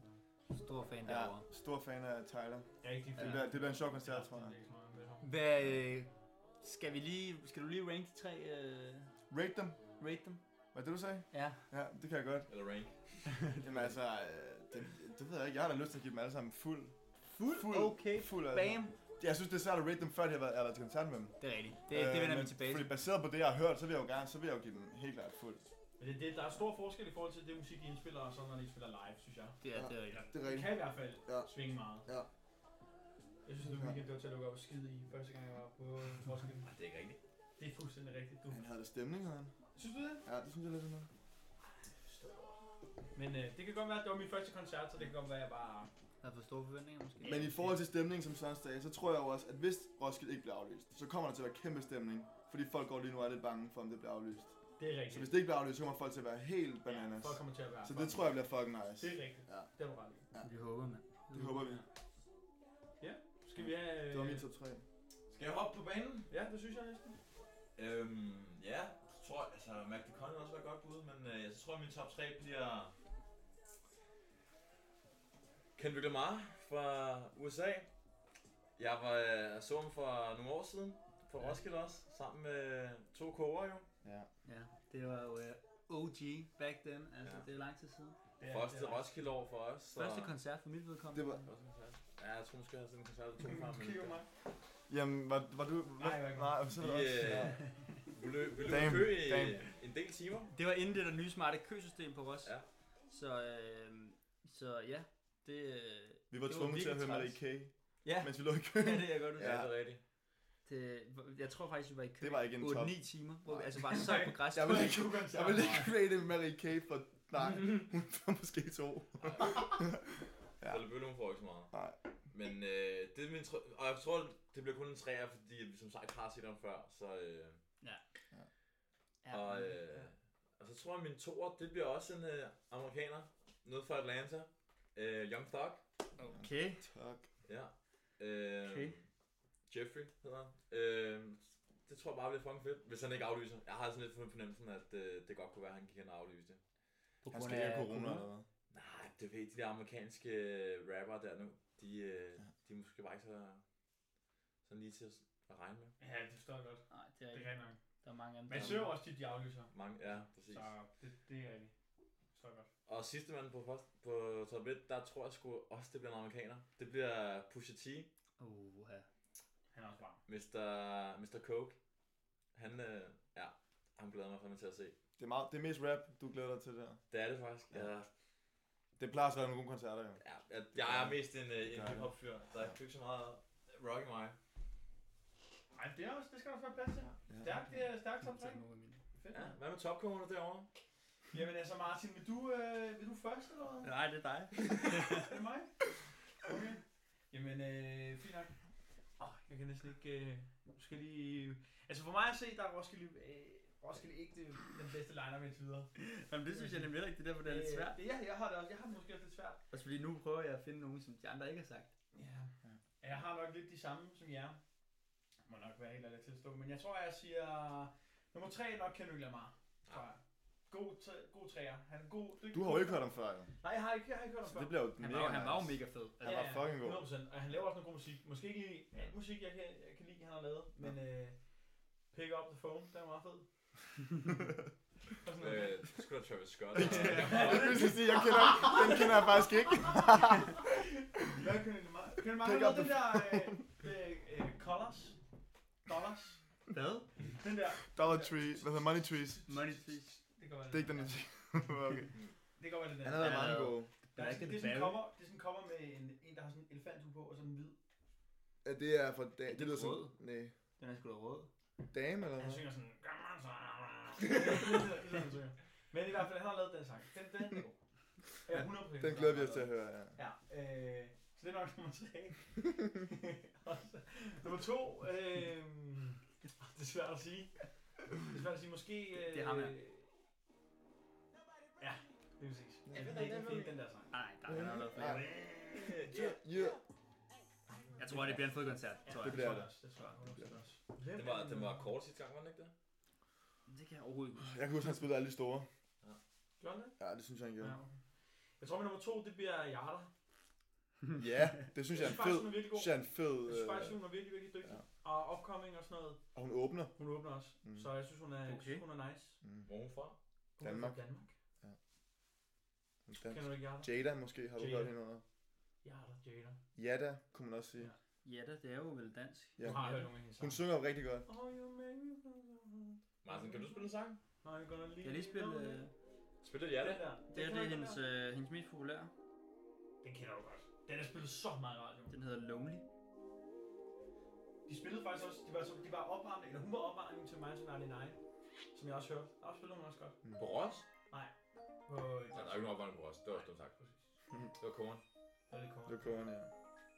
Stor fan
Ja,
derovre.
stor fan af Tyler.
Jeg er ikke lige
Det bliver, det bliver en sjov koncert, tror jeg.
Hvad, øh, skal vi lige, skal du lige rank de tre, øh,
Rate dem.
rate dem?
Hvad er det, du sagde?
Ja.
Ja, det kan jeg godt.
Eller rank.
Jamen altså, øh, det, det ved jeg ikke. Jeg har da lyst til at give dem alle sammen fuld. Fuld? fuld
Okay.
Fuld altså.
Bam.
Jeg synes, det er svært at rate dem, før de har været, jeg har været til koncert med dem.
Det er rigtigt. Det, det vender vi
Øh, men
tilbage til.
Fordi baseret på det, jeg har hørt, så vil jeg jo gerne, så vil jeg jo give dem helt klart fuld.
Men det, det, der er stor forskel i forhold til det musik, I indspiller, og så når I spiller live, synes jeg.
Det er, det er rigtigt.
Det, det kan i hvert fald
Ja.
ja. svinge meget.
Ja.
Jeg synes, det var weekend, det var til at lukke op og skide i første gang, jeg var på Roskilde.
Nej, Ah, det er ikke rigtigt.
Det er fuldstændig rigtigt, du.
Han havde da stemning, havde han.
Synes du det?
Ja, det synes jeg lidt sådan noget.
Men øh, det kan godt være, at det var min første koncert, så det kan godt være, at jeg bare...
Jeg har for store forventninger måske.
Men i forhold til stemningen, som Søren sagde, så tror jeg jo også, at hvis Roskilde ikke bliver aflyst, så kommer der til at være kæmpe stemning. Fordi folk går lige nu og er lidt bange for, om det bliver aflyst.
Det er rigtigt.
Så hvis det ikke bliver aflyst, så kommer folk til at være helt bananas.
Ja, folk kommer til at være...
Så det tror jeg bliver fucking nice.
Det er rigtigt.
Ja.
Det er du ret i.
Vi håber, mand.
Det håber vi.
Skal vi have... Øh...
Det var min top 3.
Skal jeg hoppe på banen?
Ja, det synes jeg næsten.
Øhm, ja, jeg tror, altså, Mac DeConn også var et godt bud, men øh, jeg tror, min top 3 bliver... Kendrick Lamar fra USA. Jeg var, øh, så ham for nogle år siden, på
Ja.
Roskilde også, sammen med to koger jo.
Ja.
Ja, det var jo øh, OG back then. Altså,
Ja.
det er lang tid siden.
Det er-
Første
det er-
Roskilde år for os. Så...
Første koncert for mit vedkommende.
Det var-
Første koncert. Ja, jeg tror måske, jeg har sådan en koncert, der tog
Du
frem.
Mm, kigger mig.
Jamen, var, var du...
Nej, jeg var ikke.
Nej, så var det
Vi,
også.
øh,
Ja.
Vi løb, vi løb
Damn,
kø i
damn.
en del timer.
Det var inden det der nye smarte køsystem på Ros.
Ja.
Så, øh, så ja, det... øh,
Vi var
det
tvunget til at
virkelig
høre Malik
træls.
K,
Ja,
mens vi lå i
ja,
køen.
det er jeg godt
Ja,
ja.
det er rigtigt.
det, øh, Jeg tror faktisk, vi var i kø.
Det var ikke en top.
8-9 timer, hvor vi
Nej.
altså bare sad på græs.
Jeg vil ikke,
koncert.
jeg vil ikke rate Malik K for... Nej, hun var måske to. Ja.
Ja. Eller Bøllum får ikke så meget.
Nej.
Men øh, det er min tr- og jeg tror, det bliver kun en træer, fordi vi som sagt har set ham før. Så, øh,
Ja,
og, øh, og så tror jeg, min toer, det bliver også en øh, amerikaner. Noget fra Atlanta. Øh, Young Thug.
okay.
Tak.
Ja. Øh,
Okay.
Jeffrey hedder han. Øh, det tror jeg bare bliver fucking fedt, hvis han ikke aflyser. Jeg har sådan lidt på fornemmelsen, at øh, det godt kunne være, at han gik hen og aflyste.
På
Han skal ikke have corona eller hvad?
Nej, det ved de der amerikanske øh, rappere der nu, de, øh, de er måske bare ikke så, sådan lige til at, at regne med.
Ja, det forstår jeg godt.
Nej, det er
Det er
ikke.
rigtig nok.
Der er mange af dem.
Men jeg
der-
søger også tit de aflyser.
Mange, ja, præcis.
Så det, det er rigtigt. Forstår jeg godt.
Og sidste mand på, post, på top 1, der tror jeg sgu også, det bliver en amerikaner. Det bliver Pusha T,
Uh, ja.
Han er også varm.
Mr. Mr. Coke. Han, øh, ja, han glæder mig fandme til at se.
Det er, meget, det er mest rap, du glæder dig til der.
Det er det faktisk.
Ja.
Ja.
Det plejer også at være nogle gode koncerter, jo.
Ja, jeg, jeg er mest en, øh,
Det
en
gør jeg.
hip-hop-fyr, der er ikke så meget rock i mig.
Ej, Ej, det, er også, det skal der også være plads til. Stærk, det er stærkt top 3. Fedt.
Ja,
mand.
hvad med topkogerne derovre?
Jamen altså Martin, vil du, øh, vil du først eller hvad?
Nej, det er dig.
Er det mig? Okay. Jamen, øh, fint nok. Oh, jeg kan næsten ikke... Øh, nu skal jeg lige... Altså for mig at se, der er Roskilde, øh, Roskilde ikke det, den bedste lineup indtil videre.
Jamen, det synes jeg nemlig heller ikke, det er derfor, det er lidt svært.
Øh, ja, jeg har det også. Jeg har det måske også lidt svært.
Også fordi nu prøver jeg at finde nogen, som de andre ikke har sagt.
Ja. Jeg har nok lidt de samme som jer. Må nok være helt ærlig til at stå. Men jeg tror, jeg siger... Nummer 3 er nok Kendrick Lamar. Tror jeg. God, t- god træer. Han er god. dygtig-
Du har jo ikke hørt om før, jo.
Nej, jeg har ikke, jeg har ikke hørt om
Så
før.
det bliver jo
Han var,
mega
jo- han var jo
nice.
mega fed.
Han
Altså,
var fucking god.
100%. Og han laver også noget god musik. Måske ikke lige alt musik, jeg kan, jeg kan lide, han har lavet. Men øh, Pick Up The Phone, den er meget fed. Og sådan noget.
Øh, så skulle der Travis Scott.
Jeg vil lige sige, jeg kender, den kender jeg faktisk ikke.
Hvad er Kønne Mark? Kønne Mark har
Pick
lavet
Up
den der øh, øh, øh, Colors. Dollars.
Hvad?
Den der.
Dollar Tree, hvad hedder Money Trees.
Money Trees.
Det kan være
Det er ikke den, jeg siger. okay.
Det kan være det der.
Han har været
Han er
meget
jo-
god.
Der er, sådan- det, er sådan en
Barry.
cover, det er sådan en cover med en, en, der har sådan en elefanthue på, og sådan en hvid.
Ja, det er fra da, det lyder sådan,
rød?
nej,
Den er sgu da rød.
dame eller
Han
hvad?
synger sådan... "Come on, son." Det er sådan, det er sådan, han synger. Men i hvert fald, han har lavet den sang. Den, den er god. Ja, 100%.
Den glæder vi os til at høre, ja.
Ja, øh, så det er nok nummer tre. Og så- nummer to, øh, det er svært at sige. Det er svært at sige, måske... Øh,
Det er ham her.
Ja, det er præcis.
Ja,
Ja, det
det
er ikke fint, den der sang.
Nej, der er han har lavet flere.
Ja. Yeah.
Jeg tror, det bliver en fed koncert, tror
Ja,
jeg.
det
bliver
tror jeg
det.
også, det tror jeg. 100% også.
Den var, den var kort sidste gang, var den ikke det?
Det kan jeg overhovedet ikke.
Jeg kan huske, han spillede alle de store.
Gjorde den det?
Ja, det synes jeg, han
Ja.
gjorde.
okay. Jeg tror, min nummer to, det bliver Jarter.
Ja, det synes jeg
synes
er en
faktisk,
fed,
hun er virkelig god.
synes jeg er en fed,
Jeg synes faktisk,
øh,
hun er virkelig, virkelig dygtig. Og upcoming og sådan noget.
og hun åbner.
Hun åbner også.
Mm.
Så jeg synes, hun er,
Okay.
okay. hun er nice.
Mm.
Hvor er hun fra?
Hun Er
Danmark.
fra Danmark.
Hun er
Kender
dansk.
du ikke Jarter?
Jada måske, har du
Jada.
hørt hende under?
Jarter, Jada.
Jada, kunne man også sige.
Ja, da, det er jo vel dansk.
Ja.
Du har hørt nogle af hendes sange.
Hun synger jo rigtig godt.
Oh, you make me feel
Martin, kan du spille en sang?
Now you're gonna leave
Jeg har lige spillet...
me
Øh,
lonely.
Spiller de alle?
Den der.
det er,
kender
det er
du
hendes,
godt.
øh, hendes mest populære.
Den kender du godt. Den er spillet så meget i radioen.
Den hedder Lonely.
De spillede faktisk også, de var, så- de var opvarmning, eller hun var opvarmning til Minds of 99, som jeg også hørte. Der spillede hun også godt.
På Ros?
På
Nej, der er ikke nogen opvarmning på Ros. Det var også dumt sagt. Det var koren.
Ja, det kommer.
Det kører han, ja.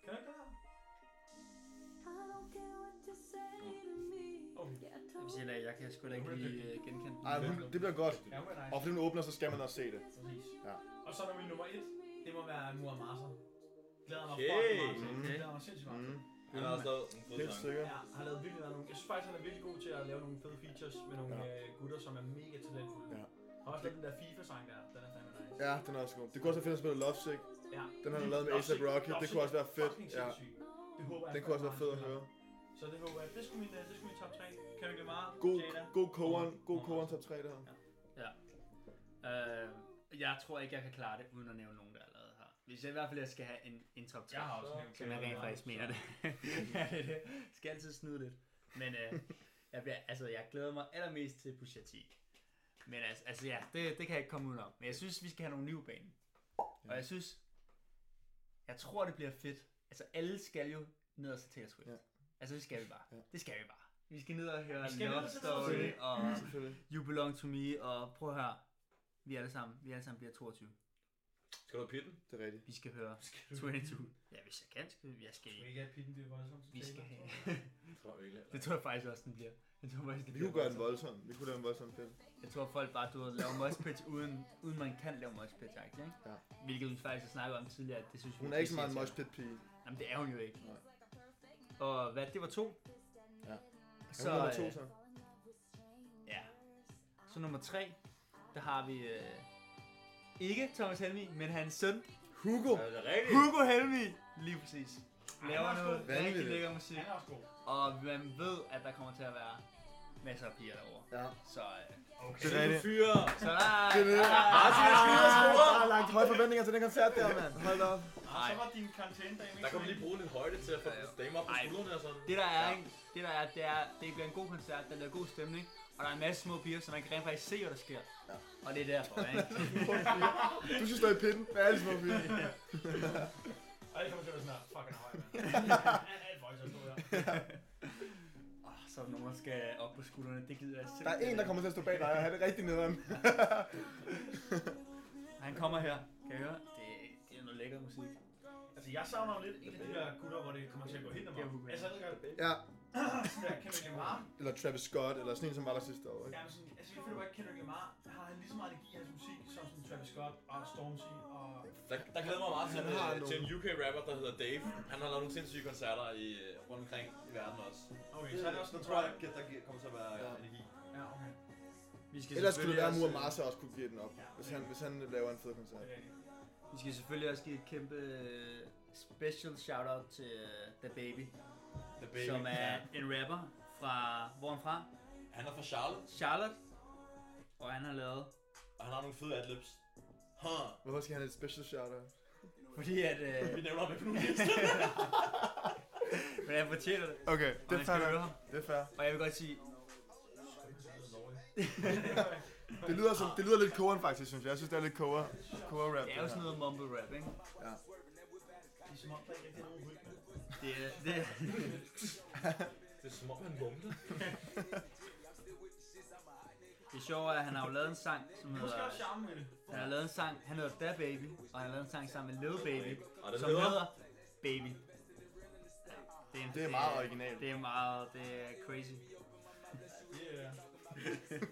Kan du ikke det her?
Jeg siger heller ikke, jeg kan sgu da ikke lige øh, genkende den.
Ej, hun, det bliver godt.
Ja, hun er
Og
nice.
fordi hun åbner, så skal man også se det.
Præcis.
Ja.
Og så er der min nummer et. Det må være Muammar Marsa. Glæder mig
Okay.
fucking meget til.
Mm.
det. Glæder mig sindssygt meget til.
Mm.
Han har også lavet en fed
Helt
sang.
sikkert.
Ja, har lavet virkelig været nogle, jeg synes faktisk, han er virkelig god til at lave nogle fede features med nogle ja. øh, gutter, som er mega talentfulde.
Ja.
Og også den der FIFA-sang der, den er fandme nice.
Ja, den er også god. Det kunne også være fedt at spille Love Sick.
Ja.
Den har han lavet med A$AP Rocky. Det kunne også være fedt. Ja.
Ja. Det håber jeg.
Den kunne også være fed at høre.
Så det håber jeg. Det skulle min, øh, det skulle min top 3. Kan du Lamar,
God,
Jada.
god koren, god koren top 3 der.
Øh, jeg tror ikke, jeg kan klare det, uden at nævne nogen, der allerede har. Hvis jeg i hvert fald jeg skal have en, en top 3,
Jeg har også nævnt
som jeg rent faktisk mener det. ja, det, er det. Skal altid snyde lidt. Men øh, jeg, bliver, altså, jeg glæder mig allermest til Pusha T. Men altså, altså ja, det, det kan jeg ikke komme udenom. Men jeg synes, vi skal have nogle nye på banen. Og jeg synes, jeg tror, det bliver fedt. Altså alle skal jo ned og se Taylor Swift.
Ja.
Altså det skal vi bare.
Ja.
Det skal vi bare. Vi skal ned og høre
Vi skal ned
Love
og se
Story
Taylor
og
Selvfølgelig.
You Belong To Me, og prøv at høre, vi alle sammen, vi alle sammen bliver 22.
Skal du have pitten?
Det er rigtigt.
Vi skal høre
Skal du
22. Ja, hvis jeg kan, skal jeg skal
Skal
ikke.
ikke have pitten, det er voldsomt.
Vi skal have.
Det tror jeg virkelig.
Det tror jeg faktisk også, den bliver. Jeg tror faktisk, det
Vi
bliver
kunne gøre den
voldsomt.
voldsom. Vi kunne lave en voldsom film.
Jeg tror folk bare, du ved, laver moshpits, uden, uden man kan lave moshpits, ikke?
Ja.
Hvilket vi faktisk har snakket om tidligere, at det synes vi
Hun er ikke så meget en
irriterende.
moshpit pige.
Jamen det er hun jo ikke.
Nej.
Og hvad, det var to?
Ja.
Så,
nummer to,
øh,
så.
Ja. Så nummer tre, der har vi øh, ikke Thomas Helmi, men hans søn,
Hugo!
Er det rigtigt?
Hugo Helmi, lige præcis. Laver
han er
noget
sgu
rigtig
vanvittig.
lækker musik.
Han er også god.
Og man ved, at der kommer til at være masser af piger derovre.
Ja.
Så, øh,
Det er rigtigt.
Fyre!
så Ah! nej,
Det er det.
nej,
Jeg har lagt høje forventninger til den koncert der, mand. Hold da op.
Og så var din karantæne dag
Der kan man lige bruge lidt højde til at få
Ja, ja.
damer op på
Ej.
skuldrene og sådan.
det der er, ikke? det der er, det er, det bliver en god koncert, der bliver god stemning, og der er en masse små piger, så man kan rent faktisk se, hvad der sker.
Ja.
Og det er derfor, ikke?
Du synes, der er i pinden. Hvad er det små pige?
Og det kommer til at være sådan her, fucking høj, mand. Han er alt voldsomt, tror jeg.
Ah, som når man skal op på skuldrene. Det gider jeg
Der er
simpelthen
en, der kommer til at stå bag dig og have det rigtig nederen.
ikke. Han kommer her. Kan I høre? Det, det er noget lækker musik.
Altså, jeg savner jo lidt en af de der gutter, hvor det kommer til at gå hen og
Det er
mig.
Hubert.
Altså, jeg ved godt,
Ja,
at Kendrick Lamar,
eller Travis Scott, eller sådan en, som var der sidste år. Ikke?
jamen sådan, altså, jeg føler bare, at Kendrick Lamar har han lige så meget energi i hans musik, som sådan Travis Scott og Stormzy og...
Der, der glæder mig meget til,
Han har
at, øh, til en
nogle-
UK-rapper, der hedder Dave. Han har lavet nogle sindssyge koncerter i, øh, rundt omkring i verden også.
Okay, så er det også
der
noget,
tror jeg, at der gi- kommer til at være
Ja.
øh, energi.
Ja, okay.
Vi skal
Ellers skulle det
selvfølgelig
være, at Mur
også, øh,
Marsa også kunne give den op, hvis han, hvis han laver en fed koncert.
Det er rigtigt.
Vi skal selvfølgelig også give et kæmpe øh, special shout-out til øh, The Baby,
The Baby.
Baby, som er
Ja.
en rapper fra, hvor er han fra?
Han er fra Charlotte,
Charlotte. Og han har lavet,
og han har nogle fede adlibs. Huh.
Hvorfor skal han have et special shout-out?
fordi at,
Vi
øh,
nævner ham i playlisten.
men han fortjener det.
Okay,
Og man skal høre ham.
Det er fair.
Og jeg vil godt sige,
Det lyder, som, det lyder lidt kogeren faktisk, synes jeg. Jeg synes, det er lidt koger, koger rap.
det er jo sådan noget mumble rap, ikke?
Det er som om, der ikke rigtig er nogen rytme.
Det er, det er,
det er som om, han mumler.
det sjove er, at han har jo lavet en sang, som
Måske også
hedder,
charme med det.
han har lavet en sang, han hedder Da Baby, og han har lavet en sang sammen med Lil Baby,
Og den
som
hedder...
hedder Baby. Det en-
Det er meget originalt.
Det er meget, det er crazy.
Det øh, er...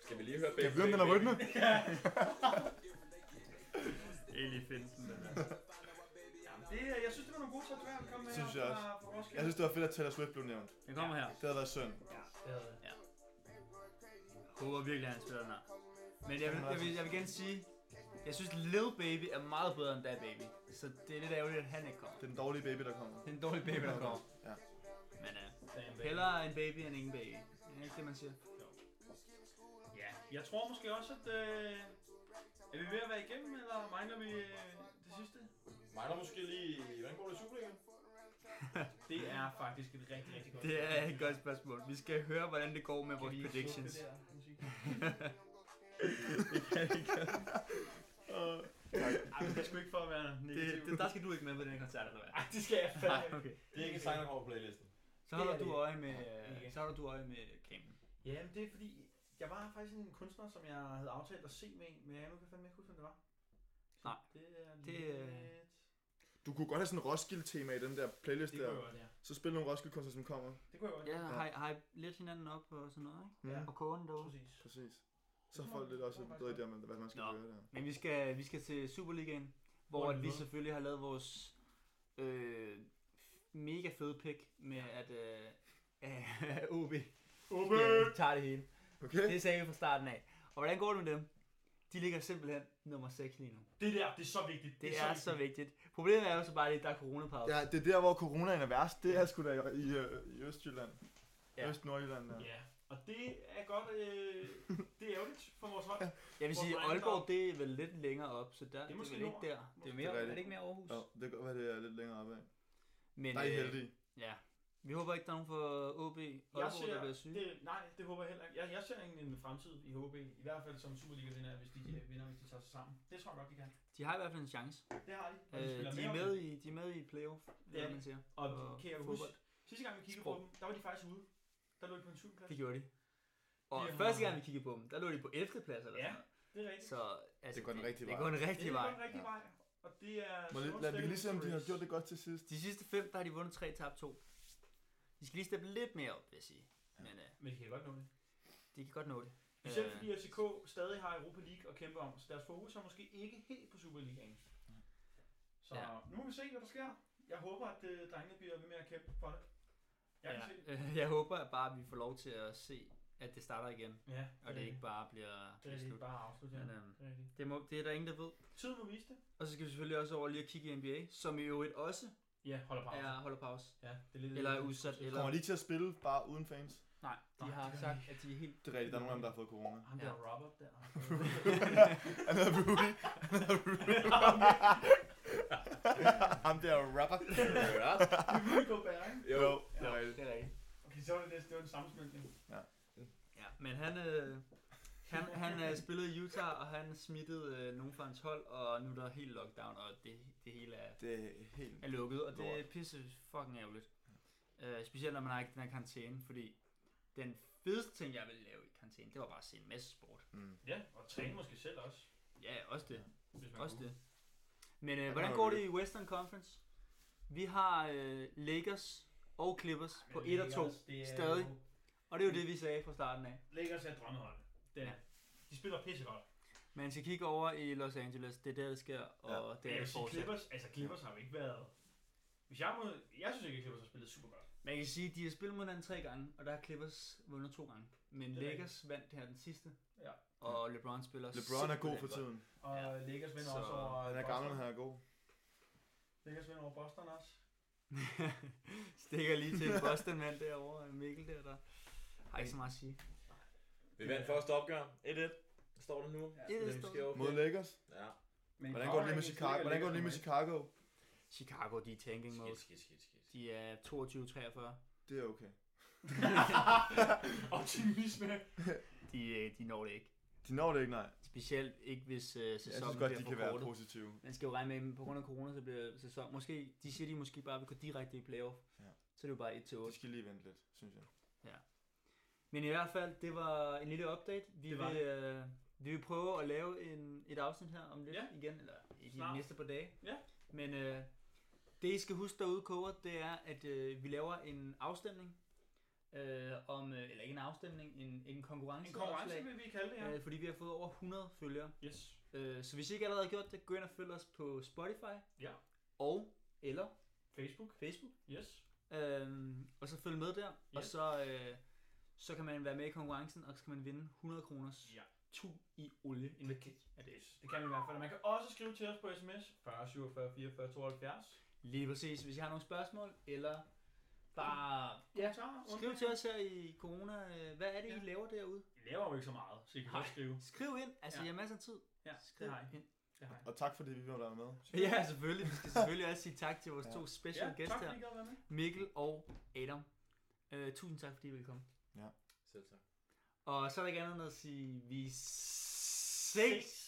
Skal vi lige høre Baby?
Kan vi vide, om den har
Baby?
rytme?
Egentlig findes den. den der.
Jamen, det er... Jeg synes, det var nogle gode tatuer, at komme med
Synes
her
jeg
fra, fra Roskilde.
Jeg synes, det var fedt, at Taylor Swift blev nævnt.
Den kommer her.
Det havde været synd.
håber virkelig, at han spiller den her. Men jeg vil, jeg, vil, jeg vil gerne sige, jeg synes Lil Baby er meget bedre end Da Baby. Så det er lidt ærgerligt, at han ikke kommer.
Det er den dårlige baby, der kommer.
Det er en dårlig baby, der kommer.
Ja.
Men uh,
Damn, baby.
hellere en baby end ingen baby. Er det ikke det, man siger?
Ja, jeg tror måske også, at... Øh, er vi ved at være igennem, eller mangler vi øh, det sidste?
Mangler måske lige... Hvordan går det i Superligaen?
Det er faktisk et rigtig, rigtig godt
Det er
spørgsmål.
et godt spørgsmål. Vi skal høre, hvordan det går med
Kan
vores
vi
predictions.
slukke det der musik?
Øh.
Ej, men det er sgu ikke for at være
det,
negativ.
det, der skal du ikke med på den her koncert, eller hvad?
Ej, det skal jeg
Nej,
fandme.
okay.
Det er ikke en sang, der kommer på playlisten.
Så holder
Det er
du
det.
øje med,
Okay.
øh, så holder du øje med Cam.
Ja, men det er fordi, jeg var faktisk en kunstner, som jeg havde aftalt at se med en, men jeg nu kan jeg fandme ikke huske, hvem det var. Så
Nej.
Det er lidt...
Det,
Det,
øh,
Du kunne godt have sådan en Roskilde-tema i den der playlist
det
der.
kunne jeg godt, ja.
Så spil nogle Roskilde-kunstnere, som kommer.
Det kunne jeg godt.
Ja, har, I- har I lidt hinanden op og sådan noget, ikke?
Ja.
Og kogen derude.
Præcis.
Præcis. Så får folk lidt også en bedre idé om, hvad man skal
Nå.
gøre der.
Men vi skal, vi skal til Superligaen,
Hvor
hvor
er
at
vi
vi
med?
selvfølgelig har lavet vores øh, mega fede pick med, at øh, øh, OB
OB!
ja, tager det hele.
Okay.
Det sagde vi fra starten af. Og hvordan går det med dem? De ligger simpelthen nummer 6 lige nu.
Det der, det er så vigtigt.
Det, er, så vigtigt. Problemet er jo så bare, at der er coronapause.
Ja, det er der, hvor coronaen er værst. Det er sgu da i, i, øh, i Østjylland.
Ja.
Øst-Nordjylland, ja.
Ja, og det er godt, øh, det er ærgerligt for vores hold.
Jeg vil
Hvor
sige,
brænder
Aalborg,
der?
det er vel lidt længere op, så der, det er,
måske
vel ikke
nord.
der. Det er, mere,
Det er
er,
rigtigt.
det ikke mere Aarhus?
Jo, det kan godt være, det er lidt længere opad.
Men,
Der er I
øh,
heldige.
Ja. Vi håber ikke, der er nogen fra OB
Jeg
Aalborg, der
ser,
bliver syge.
det, nej, det håber jeg heller ikke. Jeg, jeg ser ingen en fremtid i HB, i hvert fald som Superliga-vinder, hvis de øh, vinder, hvis de tager sig sammen. Det tror jeg godt, de kan.
De har i hvert fald en chance.
Det har de. Og de,
Øh,
spiller
de, er
om
med
det.
i, de er med i playoff,
Ja.
hvad man siger.
Og kan jeg huske,
fodbold.
sidste gang vi kiggede
Sprog.
på dem, der var de faktisk ude. Der lå de på en 7. plads.
Det gjorde de. Og
De har-
første gang vi kiggede på dem, der lå de på 11. plads eller
Ja,
sådan noget.
det er rigtigt.
Så altså,
Det går den rigtige
det,
vej.
det går den
det
rigtige
er
vej.
godt rigtig
Ja.
vej. Og det er...
Må lidt, lad, vi kan lige se, om de har gjort det godt til sidst.
De sidste fem, der har de vundet 3, tabt 2. De skal lige steppe lidt mere op, vil jeg sige. Men øh,
Men de kan godt nå det.
de kan godt nå det.
Især
Øh,
fordi FCK stadig har Europa League at kæmpe om, så deres fokus er måske ikke helt på Superligaen. Så
Ja.
nu må vi se, hvad der sker. Jeg håber, at øh, drengene bliver ved med at kæmpe for det. Jeg kan
ja,
se det.
øh, jeg håber at bare, at vi får lov til at se, at det starter igen.
Ja,
Og det ikke bare bliver,
det er
bliver
rigtigt.
slut.
bare afslut. Ja.
Men, øhm,
Det er rigtigt.
Det, må, det er der ingen, der ved.
Tiden må vise det.
Og så skal vi selvfølgelig også over lige at kigge i NBA, som i øvrigt også
Ja, holder pause.
er holder pause.
Ja, det er lidt
Eller er udsat, eller
Kommer de til at spille bare uden fans?
Nej, de
Nej,
har
det gør
sagt, at de er helt...
Det er rigtigt, der er nogen af dem, der har fået corona.
Ham der
Ja.
Robert der.
Han hedder Rudy. Han hedder Rudy. Ham der rapper.
Ja.
Vi går bære, ikke?
Jo.
Jo, det er rigtigt.
Det er rigtigt.
Okay, så var det næste. Det var en sammensmykning.
Ja, men han, øh, han, han øh, spillede i Utah, og han smittede øh, nogen fra hans hold, og nu er der helt lockdown, og det, det hele er,
Det er helt...
er lukket, og det er
Lort.
pisse fucking ærgerligt. Øh, specielt når man har ikke den her karantæne, fordi den fedeste ting, jeg ville lave i karantæne, det var bare at se en masse sport.
Mm.
Ja, og træne måske selv også.
Ja, også det.
Hvis man
Også
kunne.
det. Men øh, hvordan går det i Western Conference? Vi har øh, Lakers og Clippers på 1 og 2
det er
stadig.
jo-
Og det er jo det, vi sagde fra starten af.
Lakers er drømmehold. Det er,
Ja.
ja. De spiller pissegodt.
Man skal kigge over i Los Angeles. Det er der, det sker, og ja.
Det
det
er
er det
sige,
fortsat.
Clippers, altså Clippers har jo ikke været... Hvis jeg må... Jeg synes ikke, at Clippers har spillet super godt.
Man kan sige, at de har spillet mod hinanden tre gange, og der har Clippers vundet to gange. Men
Det er
Lakers vandt her den sidste.
Ja.
Og LeBron spiller
LeBron er god
simpelthen
for
godt.
tiden.
Og
Ja.
Lakers vinder
Så-
også over
Han er gammel, han er god.
Lakers vinder over Boston også.
Stikker lige til en Boston mand derovre, Mikkel der, der har ikke så meget at sige.
Vi vandt første opgør. 1-1. Står det nu?
Ja, det
er
står-
måske okay.
Mod Lakers.
Ja.
Men
Hvordan går det lige med Chicago? Hvordan går det lige med Chicago?
Chicago, de er tanking mode.
Skidt, skidt, skidt, skidt.
De er 22-43.
Det er okay.
Optimisme.
De, øh, de når det ikke.
De når det ikke, nej.
Specielt ikke, hvis øh,
Jeg
sæsonen
synes godt, de
bliver
kan være
forkortet.
positive.
Man skal jo regne med, at på grund af corona, så bliver sæsonen måske... De siger, de måske bare vil gå direkte i playoff.
Ja.
Så er det jo bare 1 til 8.
De skal lige vente lidt, synes jeg.
Men i hvert fald, det var en lille update. Vi,
Det var
vil, øh, vi vil prøve at lave en, et afsnit her om lidt
Ja.
igen, eller i de
Snart.
næste par dage.
Ja.
Men øh, det, I skal huske derude, koger, det er, at øh, vi laver en afstemning. Øh, om, øh, eller ikke en afstemning, en, en konkurrence.
En konkurrence
opslag,
vil vi kalde det her.
øh, fordi vi har fået over 100 følgere.
Yes.
Øh, så hvis I ikke allerede har gjort det, gå ind og følg os på Spotify.
Ja.
Og eller
Facebook.
Facebook.
Yes.
Øhm, og så følg med der,
Ja.
og så, øh, så kan man være med i konkurrencen, og så kan man vinde 100 kroners
Ja.
tu i olie. En
Det kan, yes. det kan vi i hvert fald. Og Man kan også skrive til os på sms 40 47 44 72.
Lige præcis, hvis I har nogle spørgsmål, eller bare ja,
Kommentarer,
skriv til os her i corona, øh, hvad er det,
Ja.
I laver derude?
I laver jo ikke så meget, så I kan
Nej.
godt skrive.
Skriv ind, altså
Ja.
ja. jeg har masser af tid.
Ja,
Skriv
det har I.
ind.
Det har I.
Og tak fordi vi var der med.
Ja, selvfølgelig. Vi skal selvfølgelig også sige tak til vores
Ja.
to special
Ja,
ja, gæster
tak
her,
fordi I gad være med.
Mikkel og Adam. Øh, tusind tak, fordi I ville komme.
Selv tak.
Og så er der ikke andet end at sige, vi ses!